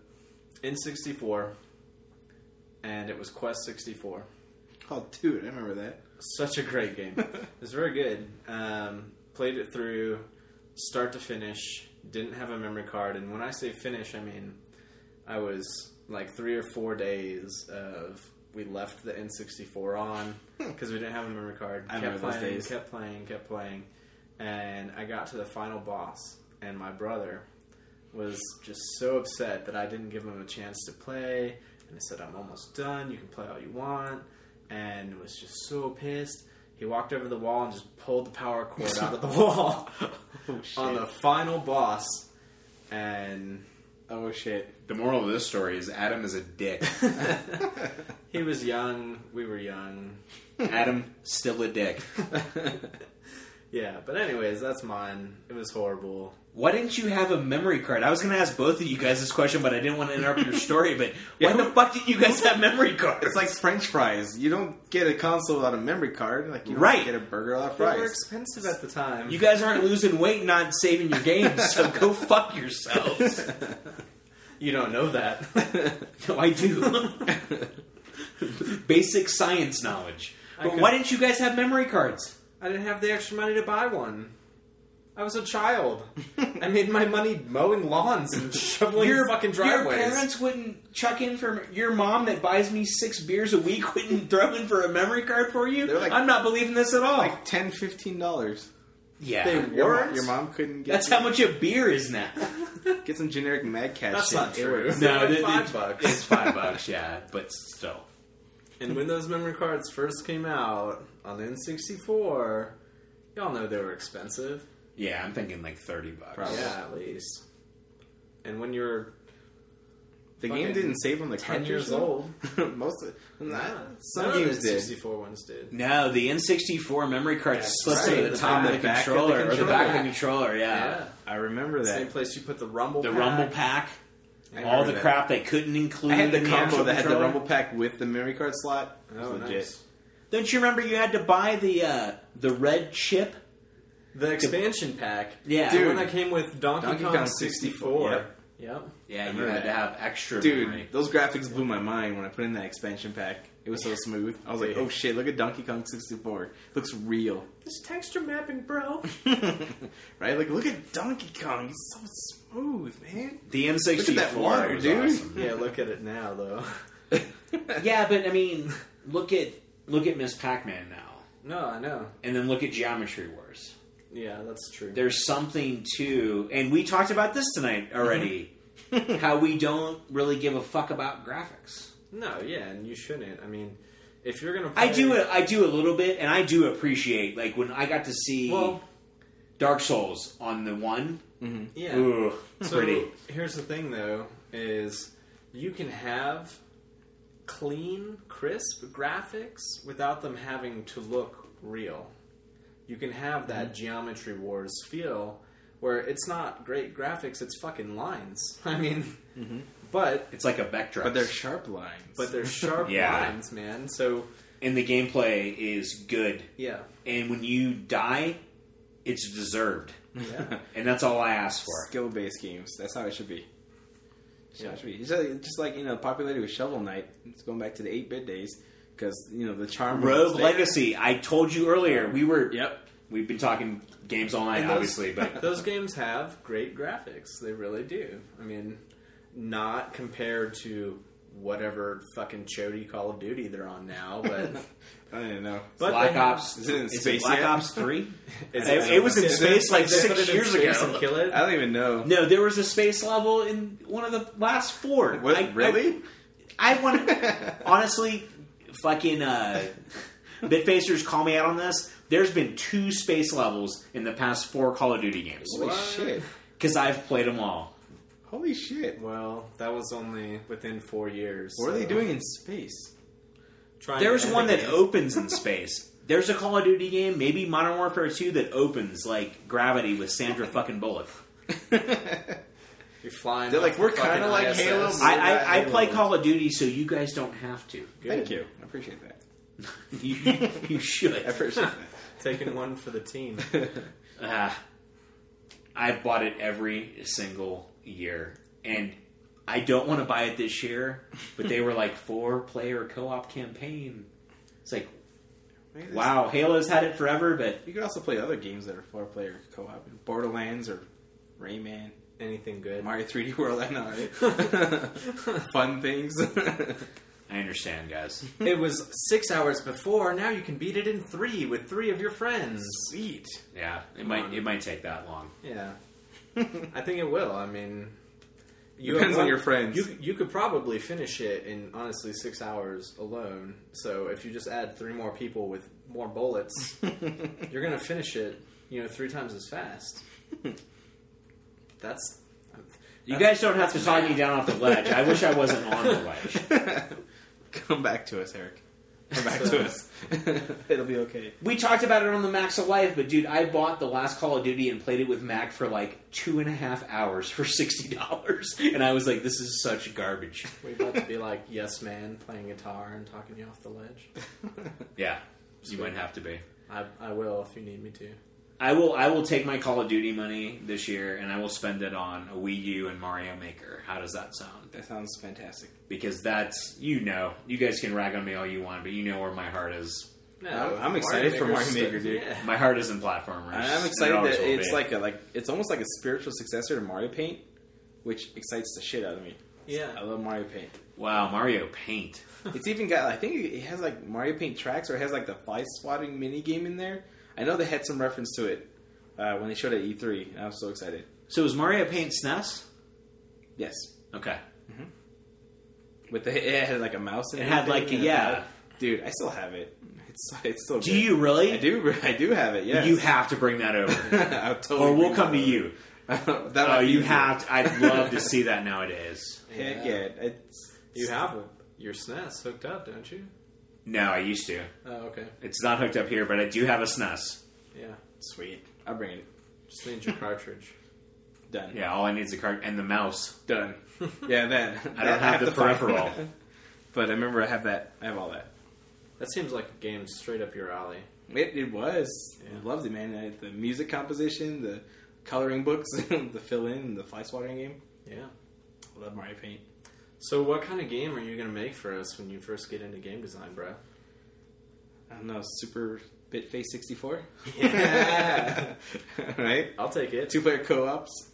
S3: in '64, and it was Quest '64
S2: oh, dude, I remember that.
S3: such a great game. it's very good. Um, played it through start to finish. Didn't have a memory card, and when I say finish, I mean I was like three or four days of we left the N64 on because we didn't have a memory card.
S2: Hmm. I
S3: kept
S2: remember those
S3: playing,
S2: days.
S3: kept playing, kept playing, and I got to the final boss, and my brother was just so upset that I didn't give him a chance to play. And I said, I'm almost done. You can play all you want. And was just so pissed. He walked over the wall and just pulled the power cord out of the wall
S2: Oh shit.
S3: on the final boss. And
S2: oh shit.
S1: The moral of this story is Adam is a dick.
S3: he was young. We were young.
S1: Adam still a dick.
S3: Yeah, but anyways, that's mine. It was horrible.
S1: Why didn't you have a memory card? I was going to ask both of you guys this question, but I didn't want to interrupt your story. But
S2: Yeah,
S1: why
S2: who-
S1: the fuck did you guys have memory cards?
S2: It's like French fries. You don't get a console without a memory card. Like you don't
S1: Right.
S2: get a burger without
S3: They were
S2: fries.
S3: expensive at the time.
S1: you guys aren't losing weight, not saving your games. So go fuck yourselves.
S3: you don't know that.
S1: No, I do. Basic science knowledge.
S3: I
S1: But
S3: could-
S1: why didn't you guys have memory cards?
S3: I didn't have the extra money to buy one. I was a child. I made my money mowing lawns and shoveling fucking
S1: your
S3: driveways.
S1: parents wouldn't chuck in for your mom that buys me six beers a week wouldn't throw in for a memory card for you.
S2: They're like-
S1: I'm not believing this at all.
S2: Like 10 dollars.
S1: yeah,
S3: they
S2: Your, mo-
S3: Weren't?
S2: your mom couldn't get
S1: that's how much a beer is now.
S2: get some generic Mad Cat
S3: That's
S2: shit.
S3: not true.
S2: It
S3: No, it- Five it- bucks.
S1: It's five bucks, yeah, but still.
S3: and when those memory cards first came out on the N64, y'all know they were expensive.
S1: Yeah, I'm thinking like thirty bucks.
S2: Probably.
S3: Yeah, at least. And when you're
S2: the game
S3: Fucking
S2: didn't save on the
S3: 10
S2: cartridge,
S3: years
S2: though.
S3: old,
S2: Most of, nah, some
S3: none of
S2: games
S3: the
S2: did.
S3: 64 ones did.
S1: No, the N64 memory card
S3: That's
S1: slips
S2: right,
S1: into the
S2: the
S1: top of the
S2: back- back of the
S1: controller or the back of the
S2: controller.
S1: controller. Yeah,
S2: I remember that.
S3: Same place you put the rumble.
S1: the
S3: pack.
S1: Rumble Pack, all
S2: I remember
S1: the
S2: that.
S1: crap they couldn't include.
S2: I had the
S1: in
S2: combo
S1: actual
S2: that had the
S1: controller.
S2: rumble pack with the memory card slot. It was
S3: Mm, Oh,
S2: legit.
S3: nice.
S1: Don't you remember you had to buy the uh, the red chip?
S3: The expansion pack.
S1: Yeah.
S3: the one
S2: Dude.
S3: that came with Donkey,
S2: Donkey
S3: Kong,
S2: Kong
S3: 64.
S2: 64.
S3: Yep.
S1: Yeah, you
S2: remember
S1: had to
S2: that.
S1: have extra
S2: Dude,
S1: memory.
S2: those graphics blew my mind when I put in that expansion pack. It was so smooth. I was like, oh shit, look at Donkey Kong 64. Looks real.
S3: This texture mapping, bro.
S2: right? Like, look at Donkey Kong. He's so smooth, man.
S1: The N64
S2: Look at that water,
S1: was
S2: dude.
S1: awesome.
S3: yeah, look at it now, though.
S1: yeah, but I mean, look at look at Miss Pac-Man now,
S3: No, I know.
S1: and then look at Geometry Wars.
S3: Yeah, that's true.
S1: there's something to and we talked about this tonight already how we don't really give a fuck about graphics
S3: no, yeah, and you shouldn't. I mean, if you're gonna,
S1: i
S3: play-
S1: do i do a little bit and i do appreciate like when i got to see
S3: Well-
S1: dark souls on the one
S3: Yeah.
S1: ooh
S3: so
S1: pretty
S3: here's the thing, though, is you can have clean, crisp graphics without them having to look real. You can have that
S1: Mm-hmm.
S3: geometry wars feel where it's not great graphics; it's fucking lines. I mean,
S1: Mm-hmm.
S3: but
S1: it's like a Vectrex.
S2: But they're sharp lines.
S3: but they're sharp
S1: Yeah.
S3: lines, man. So
S1: and the gameplay is good
S3: yeah,
S1: and when you die it's deserved
S3: yeah.
S1: and that's all i ask for
S2: skill based games. That's how it should be. That's how
S3: Yeah.
S2: it should be. It's just, just like, you know, popularity with Shovel Knight. It's going back to the 8 bit days. Because, you know, the charm. was
S1: rogue
S2: there.
S1: legacy i told you earlier we were
S2: Yep.
S1: we've been talking games all night
S3: And those-
S1: obviously but
S3: those games have great graphics. They really do. I mean, not compared to whatever fucking chody Call of Duty they're on now, but
S2: I don't know.
S3: but
S1: Black
S3: they-
S1: Ops.
S2: Is it in
S1: is
S2: space
S1: it Black
S2: yet?
S1: Ops Three?
S3: Is
S1: It- it was in
S3: is
S1: space like
S3: did they put
S1: six
S3: it in
S1: years
S3: space
S1: ago.
S3: And kill it?
S2: I don't even know.
S1: no, there was a space level in one of the last four.
S2: What,
S1: I- I-
S2: really?
S1: I, want honestly, fucking uh, bitfacers, call me out on this. There's been two space levels in the past four Call of Duty games
S2: Holy
S3: What?
S2: shit.
S1: because I've played them all.
S2: Holy shit.
S3: Well, that was only within four years.
S2: What are they
S3: so-
S2: doing in space?
S3: Trying to
S1: There's
S3: end
S1: one
S3: the
S1: that
S3: game.
S1: opens in space. There's a Call of Duty game, maybe Modern Warfare 2, that opens like Gravity with Sandra fucking Bullock.
S3: you're flying.
S2: They're like,
S3: off the
S2: we're kinda
S3: fucking
S2: like
S3: ISS.
S2: Halo, but-
S1: I, I, I play
S2: Halo.
S1: Call of Duty, so you guys don't have to.
S3: Good.
S2: Thank you. I appreciate that.
S1: You, you should.
S2: I appreciate
S3: Taking one for the team.
S2: that.
S1: Uh, I bought it every single year, and I don't want to buy it this year. But they were like four player co op campaign. It's like wow, Halo's had it forever, but
S2: You could also play other games that are four player co op. Borderlands or Rayman.
S3: Anything good?
S2: Mario 3D World, I know, right? Fun things.
S1: I understand, guys.
S3: It was six hours before. Now you can beat it in three with three of your friends.
S2: Sweet.
S1: Yeah, it might it might take that long.
S3: Yeah, I think it will. I mean,
S2: Depends
S3: have-
S2: on your friends.
S3: You you could probably finish it in honestly six hours alone. So if you just add three more people with more bullets, you're gonna finish it. You know, three times as fast. That's
S1: You guys don't have to talk me down off the ledge. I wish I wasn't on the ledge.
S2: Come back to us, Eric. Come back to us. It'll be okay.
S1: We talked about it on the Max of Life, but dude, I bought the last Call of Duty and played it with Mac for like two and a half hours for sixty dollars, and I was like, "This is such garbage."
S3: We about to be like yes man playing guitar and talking you off the ledge.
S1: Yeah, you might have to be.
S3: I, I will if you need me to.
S1: I will. I will take my Call of Duty money this year, and I will spend it on a Wii U and Mario Maker. How does that sound?
S2: That sounds fantastic.
S1: Because that's you know, you guys can rag on me all you want, but you know where my heart is.
S3: No,
S2: I'm- I'm excited for Mario Maker, dude.
S3: Yeah.
S1: My heart is in platformers.
S2: I- I'm
S1: It
S2: excited
S1: always
S2: that
S1: will
S2: it's
S1: be.
S2: like a like it's almost like a spiritual successor to Mario Paint, which excites the shit out of me. I
S3: yeah.
S2: love Mario Paint.
S1: wow, Mario Paint.
S2: It's even got I think it has like Mario Paint tracks or it has like the fly swatting mini game in there. I know they had some reference to it uh, when they showed it at E3, and I was so excited.
S1: So is Mario Paint SNES?
S2: Yes,
S1: Okay,
S2: with the it had like a mouse. In
S1: It had,
S2: thing
S1: like,
S2: and
S1: yeah.
S2: dude, I still have it. It's it's still.
S1: do
S2: good.
S1: you really?
S2: I do. I do have it. Yeah.
S1: You have to bring that over.
S2: I'll totally
S1: or we'll
S2: bring
S1: come to
S2: that
S1: you.
S2: over. that
S1: Oh,
S2: might be
S1: you
S2: easier.
S1: have. To, I'd love to see that nowadays.
S2: Heck yeah!
S3: Yeah.
S2: It's,
S3: You have your SNES hooked up, don't you?
S1: No, I used to.
S3: Oh, okay.
S1: It's not hooked up here, but I do have a SNES.
S3: Yeah.
S2: sweet. I'll bring it.
S3: Just need your cartridge.
S2: Done.
S1: Yeah, all I need is a card and the mouse.
S2: Done. Yeah, that.
S1: I don't have the peripheral.
S2: but I remember I have that. I have all that.
S3: That seems like a game straight up your alley.
S2: It, it was.
S3: Yeah.
S2: I loved it, man. I- The music composition, the coloring books, the fill in, the fly swatting game.
S3: Yeah.
S2: I love Mario Paint.
S3: So, what kind of game are you going to make for us when you first get into game design, bro?
S2: I don't know, Super Bitface 64?
S3: Yeah.
S2: right?
S3: I'll take it.
S2: Two player co ops.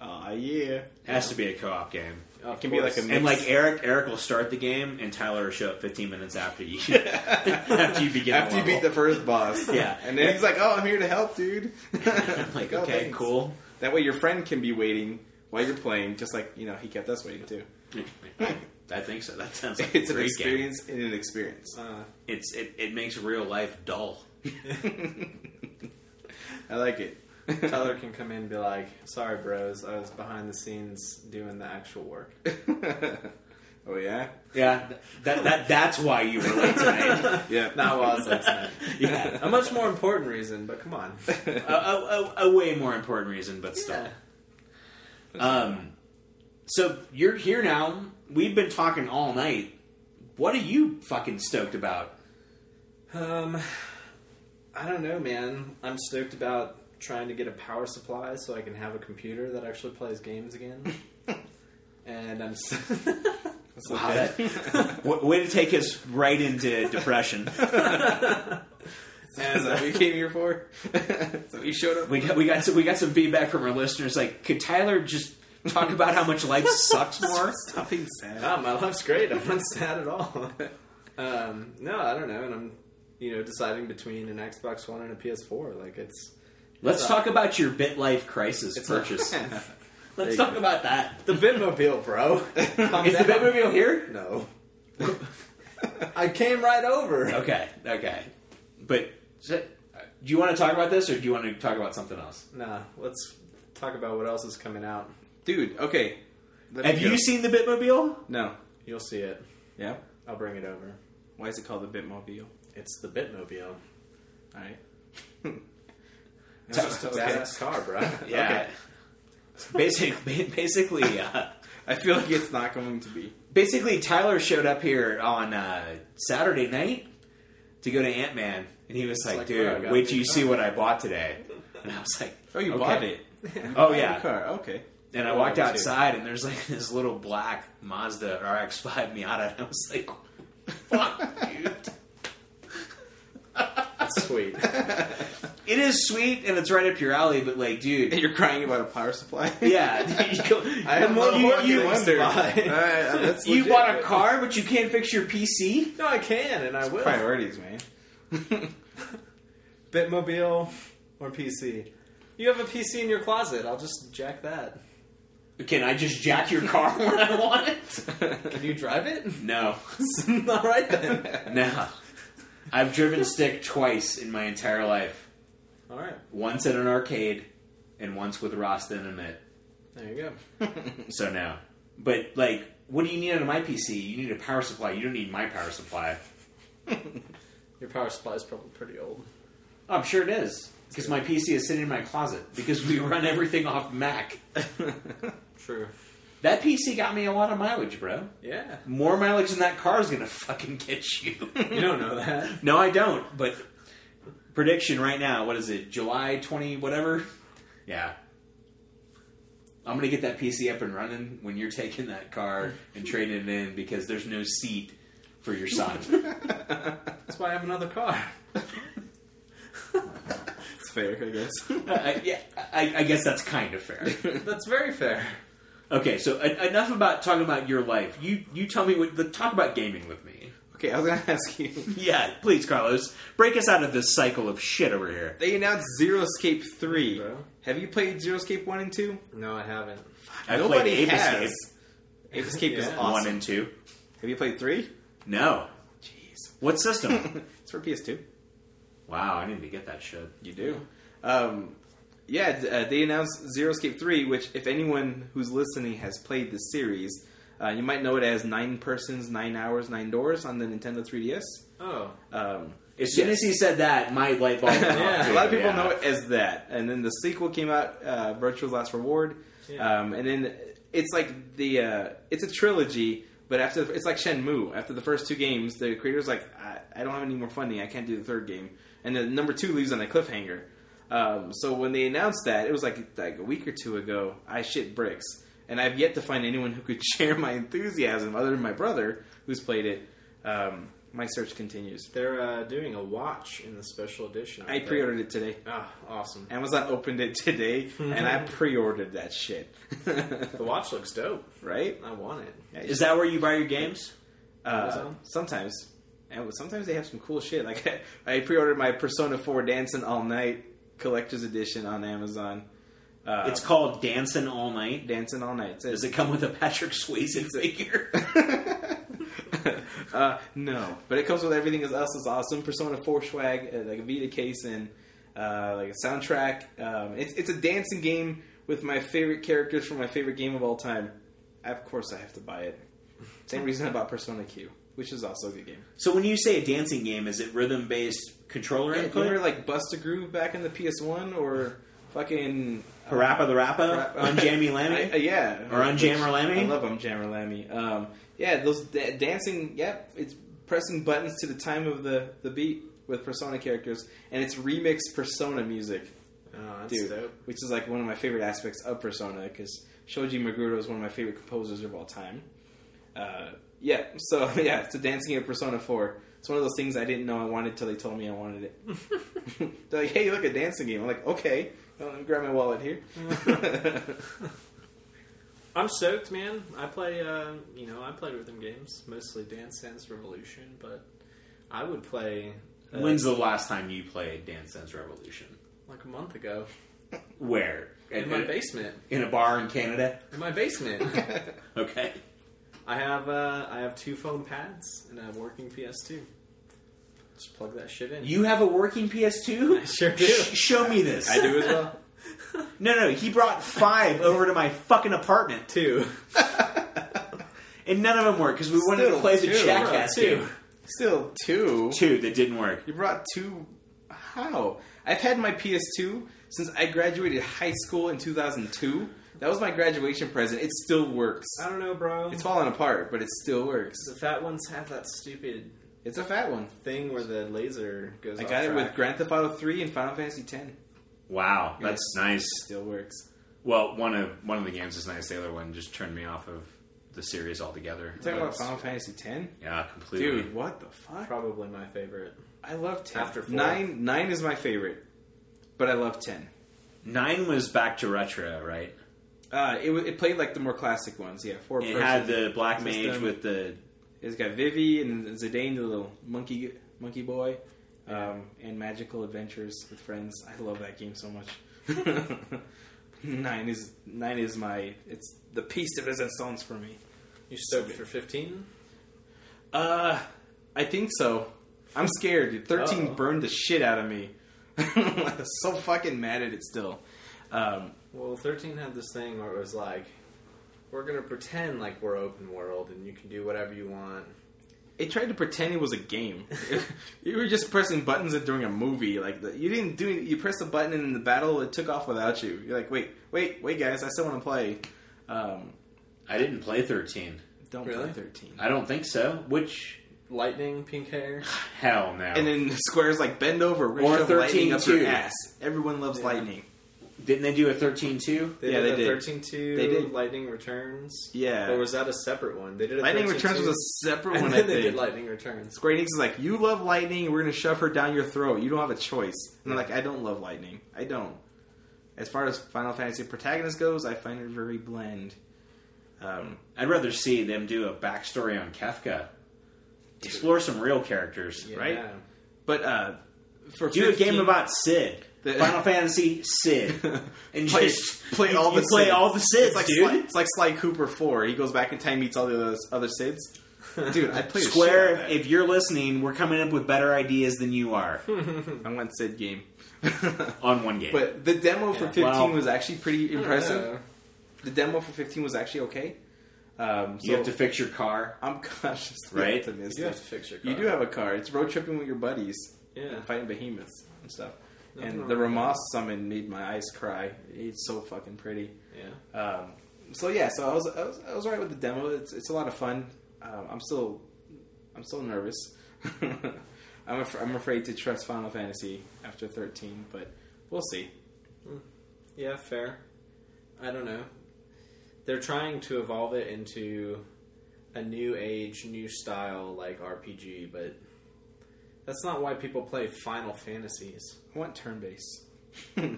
S2: Aw, yeah.
S1: It has to be a co-op game.
S3: Oh, of
S2: It can be
S3: course.
S2: like a
S1: And like Eric, Eric will start the game, and Tyler will show up 15 minutes after you after you begin.
S2: After you beat the first boss.
S1: Yeah.
S2: And then he's like, oh, I'm here to help, dude.
S1: level. I'm like,
S2: Oh,
S1: okay,
S2: thanks.
S1: cool.
S2: That way your friend can be waiting while you're playing, just like, you know, he kept us waiting too.
S1: I think so. That sounds like
S2: It's
S1: a
S2: an
S1: great game.
S2: experience in an experience.
S3: Uh,
S1: It's it, it makes real life dull.
S2: I like it.
S3: Tyler can come in and be like, sorry, bros, I was behind the scenes doing the actual work.
S2: oh, yeah?
S1: Yeah, th- that that that's why you were late tonight.
S2: Yeah.
S3: Not while I was listening.
S1: yeah.
S3: A much more important reason, but come on.
S1: a, a, a, a way more important reason, but still.
S3: Yeah.
S1: Um, so you're here now. We've been talking all night. What are you fucking stoked about?
S3: Um, I don't know, man. I'm stoked about trying to get a power supply so I can have a computer that actually plays games again. and I'm. s
S1: Wow, that- w- way to take us right into depression.
S2: Is
S3: uh,
S2: that what you came here for? so you showed up.
S1: We got we got some, we got some feedback from our listeners. Like, could Tyler just talk about how much life sucks more?
S2: Stop being sad.
S3: Ah, my life's great. I'm not sad at all. um, no, I don't know. And I'm, you know, deciding between an Xbox One and a PS4. Like, it's.
S1: Let's talk about your BitLife crisis purchase. Let's talk about that.
S3: The Bitmobile, bro. Calm
S1: Is the
S3: down.
S1: Bitmobile here?
S3: No. I came right over.
S1: Okay, okay. But so, uh, do you want to talk about this, or do you want to talk about something else?
S3: Nah, let's talk about what else is coming out.
S2: Dude, okay. Let me
S1: Have
S2: go.
S1: you seen the Bitmobile?
S2: No.
S3: You'll see it.
S2: Yeah?
S3: I'll bring it over.
S2: Why is it called the Bitmobile?
S3: It's the Bitmobile.
S2: Alright.
S3: It's just a
S2: Okay.
S3: badass car, bro.
S1: Yeah. Basically, basically, uh,
S2: I feel like it's not going to be.
S1: basically, Tyler showed up here on uh, Saturday night to go to Ant Man, and he was like,
S3: like, "Oh, I
S1: "Dude,
S3: got
S1: wait till
S3: the
S1: you see what I bought today." And I was like,
S2: Oh, you
S1: "Okay."
S2: bought it.
S1: Oh
S2: The
S1: yeah."
S2: car. Okay.
S1: And I
S3: Oh,
S1: walked
S3: I see.
S1: outside, and there's like this little black Mazda RX-5 Miata, and I was like, "Fuck, dude."
S3: That's sweet.
S1: It is sweet and it's right up your alley, but like,
S2: And
S1: dude,
S2: you're crying about a power supply.
S1: yeah, you, go-
S3: I
S1: the
S3: am
S1: more
S3: not
S1: you,
S3: walking
S1: you,
S3: away.
S2: Wonder.
S3: Why?
S2: Alright, uh, that's
S1: you
S2: legit,
S1: bought a
S2: but-
S1: car, but you can't fix your PC.
S3: No, I can, and I will.
S2: Priorities, man.
S3: Bitmobile or PC. You have a PC in your closet. I'll just jack that.
S1: Can I just jack your car when I want it?
S3: Can you drive it?
S1: No,
S3: All right then.
S1: no. I've driven stick twice in my entire life.
S3: All right,
S1: Once at an arcade, and once with Rasta and Amit.
S3: there you go.
S1: So no. But like, what do you need out of my PC? You need a power supply. You don't need my power supply.
S3: Your power supply is probably pretty old.
S1: Oh, I'm sure it is because my PC is sitting in my closet because we run everything off Mac.
S3: True.
S1: That PC got me a lot of mileage, bro.
S3: Yeah.
S1: More mileage than that car is gonna fucking get you.
S3: You don't know that.
S1: no, I don't. But prediction right now, what is it? July twenty whatever. Yeah. I'm gonna get that PC up and running when you're taking that car and trading it in because there's no seat for your son.
S3: That's why I have another car.
S2: It's fair, I guess.
S1: I, yeah, I, I guess that's kind of fair.
S3: That's very fair.
S1: Okay, so en- enough about talking about your life. You you tell me what the talk about gaming with me.
S2: okay, I was gonna ask you.
S1: Yeah, please, Carlos, break us out of this cycle of shit over here.
S2: They announced Zero Escape three.
S3: Bro.
S2: Have you played Zero Escape one and two?
S3: No, I haven't.
S1: I
S2: Nobody
S1: played Ape
S2: has.
S1: Escape
S2: Ape Escape is
S3: Yeah.
S2: awesome.
S1: one and two.
S2: Have you played three?
S1: No,
S2: Jeez,
S1: what system?
S2: it's for PS two.
S1: wow, I need to get that shit.
S2: You do. Um, yeah, d- uh, they announced Zero Escape 3, which, if anyone who's listening has played the series, uh, you might know it as Nine Persons, Nine Hours, Nine Doors on the Nintendo 3DS.
S3: Oh.
S2: Um,
S1: As soon as he said that, my light bulb. went off,
S2: a
S3: Yeah.
S2: lot of
S1: dude,
S2: people
S1: yeah.
S2: know it as that. And then the sequel came out, uh, Virtual Last Reward.
S3: Yeah.
S2: Um, and then it's like the uh, it's a trilogy, but after it's like Shenmue. After the first two games, the creator's like, I, I don't have any more funding. I can't do the third game. And then number two leaves on a cliffhanger. Um, so when they announced that, it was like like a week or two ago. I shit bricks, and I've yet to find anyone who could share my enthusiasm other than my brother, who's played it. Um, my search continues.
S3: They're uh, doing a watch in the special edition.
S2: I pre-ordered it today.
S3: Ah, awesome.
S2: Amazon opened it today, and
S1: Mm-hmm.
S2: I pre-ordered that shit.
S3: The watch looks dope.
S2: right?
S3: I want it.
S1: Is that where you buy your games?
S2: Uh,
S3: Amazon?
S2: sometimes, and sometimes they have some cool shit. Like I pre-ordered my Persona Four Dancing All Night Collector's Edition on Amazon. Uh,
S1: It's called Dancing All Night.
S2: Dancing All Night. It's-
S1: Does it come with a Patrick Swayze figure?
S2: uh, no, but it comes with everything else. It's awesome. Persona Four swag, uh, like a Vita case and uh, like a soundtrack. Um, it's it's a dancing game with my favorite characters from my favorite game of all time. Of course, I have to buy it. Same reason I bought Persona Q, which is also a good game.
S1: so when you say a dancing game, is it rhythm based controller
S2: Yeah,
S1: input?
S2: remember like Bust a Groove back in the PS1 or fucking uh,
S1: Parappa the Rappa
S2: Parappa-
S1: on Jammy Lammy?
S2: I- uh, yeah,
S1: Or on Jammer
S2: Which-
S1: Lammy?
S2: I love on Jammer Lammy. Um, yeah, those da- dancing. Yep, it's pressing buttons to the time of the the beat with Persona characters, and it's remixed Persona music,
S3: Oh, that's
S2: dude,
S3: dope.
S2: which is like one of my favorite aspects of Persona because Shoji Meguro is one of my favorite composers of all time. Uh, yeah, so yeah, it's a dancing of Persona Four. It's one of those things I didn't know I wanted till they told me I wanted it. They're like, "Hey, look, a dancing game." I'm like, "Okay." Well, let me grab my wallet here.
S3: I'm stoked, man. I play, uh, you know, I play rhythm games, mostly Dance Dance Revolution, but I would play uh,
S1: When's the last time you played Dance Dance Revolution?
S3: like a month ago
S1: Where?
S3: in
S1: At-
S3: my
S1: at-
S3: basement.
S1: in a bar in Canada?
S3: In my basement,
S1: Okay.
S3: I have uh, I have two phone pads and a working PS2. Just plug that shit in.
S1: You have a working PS2?
S3: I sure do.
S1: Sh- show me this.
S2: I do as well.
S1: No, no, he brought five over to my fucking apartment,
S3: two.
S1: and none of them worked because we wanted to
S2: Still
S1: play the
S2: two,
S1: Jackass
S3: two.
S1: game.
S2: Still two.
S1: Two that didn't work.
S2: You brought two. How? I've had my PS2 since I graduated high school in 2002. That was my graduation present. It still works.
S3: I don't know, bro.
S2: It's falling apart, but it still works.
S3: the fat ones have that stupid
S2: It's a fat one.
S3: thing where the laser goes.
S2: I
S3: off
S2: got it with
S3: track.
S2: Grand Theft Auto 3 and Final Fantasy 10.
S1: Wow, that's
S2: Yes.
S1: nice.
S2: Still works.
S1: Well, one of one of the games is nice. The other one just turned me off of the series altogether.
S2: Talking about
S1: That's-
S2: Final Fantasy 10,
S1: yeah, completely.
S2: dude. What the fuck?
S3: Probably my favorite.
S2: I love 10.
S3: After four.
S2: nine, nine is my favorite, but I love 10.
S1: Nine was back to retro, right?
S2: Uh, it, wa- it played like the more classic ones. Yeah, four.
S1: It
S2: person.
S1: had the black mage
S2: System.
S1: with the
S2: It's got Vivi and Zidane, the little monkey monkey boy, um, and magical adventures with friends. I love that game so much. nine is nine is my it's the piece de resistance for me.
S3: You stoked for fifteen?
S2: Uh, I think so. I'm scared. dude. Thirteen
S3: Uh-oh.
S2: burned the shit out of me. I'm so fucking mad at it still. Um,
S3: Well, 13 had this thing where it was like, we're going to pretend like we're open world and you can do whatever you want.
S2: it tried to pretend it was a game. you were just pressing buttons during a movie. Like the, you didn't do. You pressed a button and in the battle it took off without you. You're like, wait, wait, wait, guys, I still want to play. Um,
S1: I didn't play 13.
S2: don't
S3: Really?
S2: play thirteen.
S1: I don't think so. Which
S3: Lightning, pink hair.
S1: hell no.
S2: And then Square's like, bend over, we're
S1: Or
S2: gonna shove lightning up
S1: 13-2.
S2: your ass. Everyone loves
S3: Yeah.
S2: lightning.
S1: Didn't they do a 13 too?
S3: They
S2: Yeah,
S3: did
S2: they
S3: a
S2: did.
S3: 13 2.
S2: They did.
S3: Lightning Returns.
S2: Yeah.
S3: Or was that a separate one? They did a
S2: lightning
S3: 13-2,
S2: Returns was a separate one.
S3: And
S2: I
S3: then they
S2: think.
S3: did Lightning Returns.
S2: Square Enix is like, you love lightning, we're gonna shove her down your throat. You don't have a choice. And I'm like, I don't love lightning. I don't. As far as Final Fantasy protagonist goes, I find it very bland. Um,
S1: I'd rather see them do a backstory on Kefka. Explore some real characters.
S3: Yeah.
S2: Right? but uh, for
S1: Do a
S2: 15
S1: game about Sid.
S2: The-
S1: Final Fantasy Sid. And
S2: play,
S1: just
S2: play all
S1: you
S2: the
S1: play
S2: Sids.
S1: all the Sids,
S2: It's like
S1: dude.
S2: Sly, it's like Sly Cooper four. He goes back in time, meets all the other, other Sids. Dude, I played A shit out
S1: Square,
S2: of that.
S1: if you're listening, we're coming up with better ideas than you are
S2: I want Sid game.
S1: on one game.
S2: Hmm. but the demo for
S3: Yeah.
S2: 15
S1: Wow.
S2: was actually pretty impressive.
S3: Uh,
S2: The demo for 15 was actually okay. Um, so
S1: you have to fix your car.
S2: I'm cautiously
S1: Right?
S2: optimistic.
S3: you have to fix your car.
S2: You do have a car. It's road tripping with your buddies
S3: Yeah.
S2: and fighting behemoths and stuff.
S3: Nothing
S2: and
S3: wrong
S2: the
S3: with
S2: Ramos summon made my eyes cry. It's so fucking pretty.
S3: Yeah.
S2: Um, so yeah, so I was I was, I was alright with the demo. It's it's a lot of fun. Um, I'm still I'm still nervous. I'm af- I'm afraid to trust Final Fantasy after 13, but we'll see.
S3: Yeah, fair. I don't know. They're trying to evolve it into a new age, new style like RPG, but that's not why people play Final Fantasies.
S2: I want turn base. I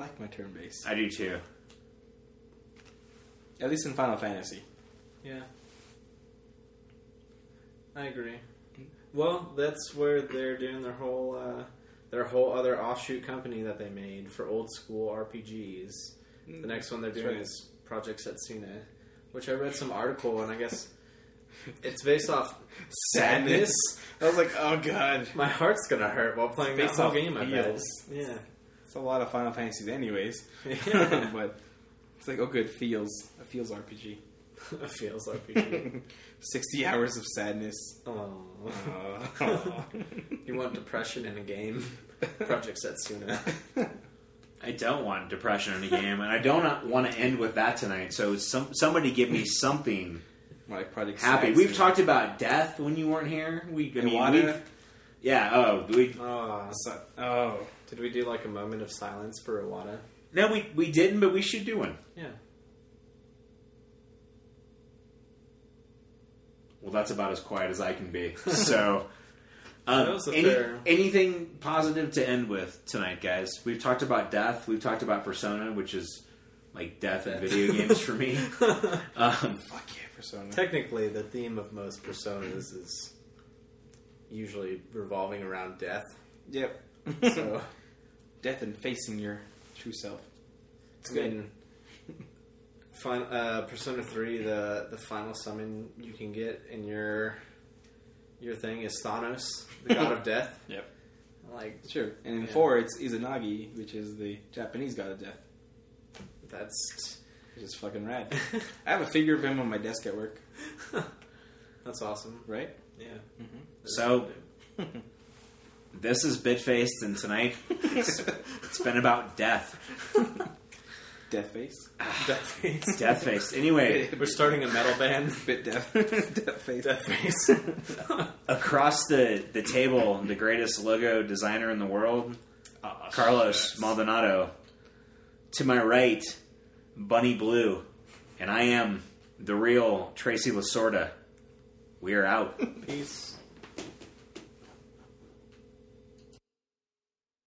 S2: like my turn base.
S1: I do too.
S2: At least in Final Fantasy.
S3: Yeah. I agree. Well, that's where they're doing their whole uh, their whole other offshoot company that they made for old school RPGs. The next one they're
S2: That's
S3: doing
S2: right.
S3: is Project Setsuna, which I read some article and I guess it's based off
S2: sadness. I was like, oh god.
S3: My heart's gonna hurt while playing
S2: It's
S3: that
S2: based
S3: whole
S2: off
S3: game. I bet.
S2: feels.
S3: Yeah.
S2: It's a lot of Final Fantasies, anyways.
S3: Yeah.
S2: but it's like, oh good, feels a feels RPG.
S3: it feels like we.
S2: Sixty hours of sadness.
S3: Oh.
S2: Aw.
S3: You want depression in a game? Project Setsuna.
S1: I don't want depression in a game, and I don't want to end with that tonight. So some, somebody give me something
S2: like Project
S1: happy.
S2: Saxon.
S1: We've talked about death when you weren't here. We, I mean,
S2: Iwata.
S1: we've, yeah. Oh, we
S3: Oh,
S2: So- oh,
S3: did we do like a moment of silence for Iwata?
S1: no, we we didn't, but we should do one.
S3: Yeah.
S1: Well, that's about as quiet as I can be. So, um,
S3: That was a
S1: any-
S3: fair-
S1: anything positive to end with tonight, guys? We've talked about death. We've talked about Persona, which is like death in
S3: Death.
S1: video games for me. Um,
S2: fuck yeah, Persona.
S3: Technically, the theme of most personas is usually revolving around death.
S2: yep.
S3: So,
S2: Death and facing your true self. It's
S3: I mean, fin- uh, Persona Three, the the final summon you can get in your your thing is Thanos, the god of death.
S2: Yep.
S3: Like
S2: Sure. And in
S3: Yeah.
S2: four, it's Izanagi, which is the Japanese god of death,
S3: that's
S2: which is fucking rad. I have a figure of him on my desk at work.
S3: that's awesome.
S2: Right?
S3: Yeah.
S1: so. This is Bitfaced, and tonight it's, it's been about death.
S2: Death face.
S3: Deathface.
S1: Deathfaced. Anyway,
S3: We're starting a metal band.
S2: Bit deaf. death face.
S3: Deathface.
S1: across the, the table, the greatest logo designer in the world,
S2: Aw,
S1: Carlos
S2: shit.
S1: Maldonado. To my right, Bunny Blue. And I am the real Tracy Lasorda. We are out.
S3: Peace.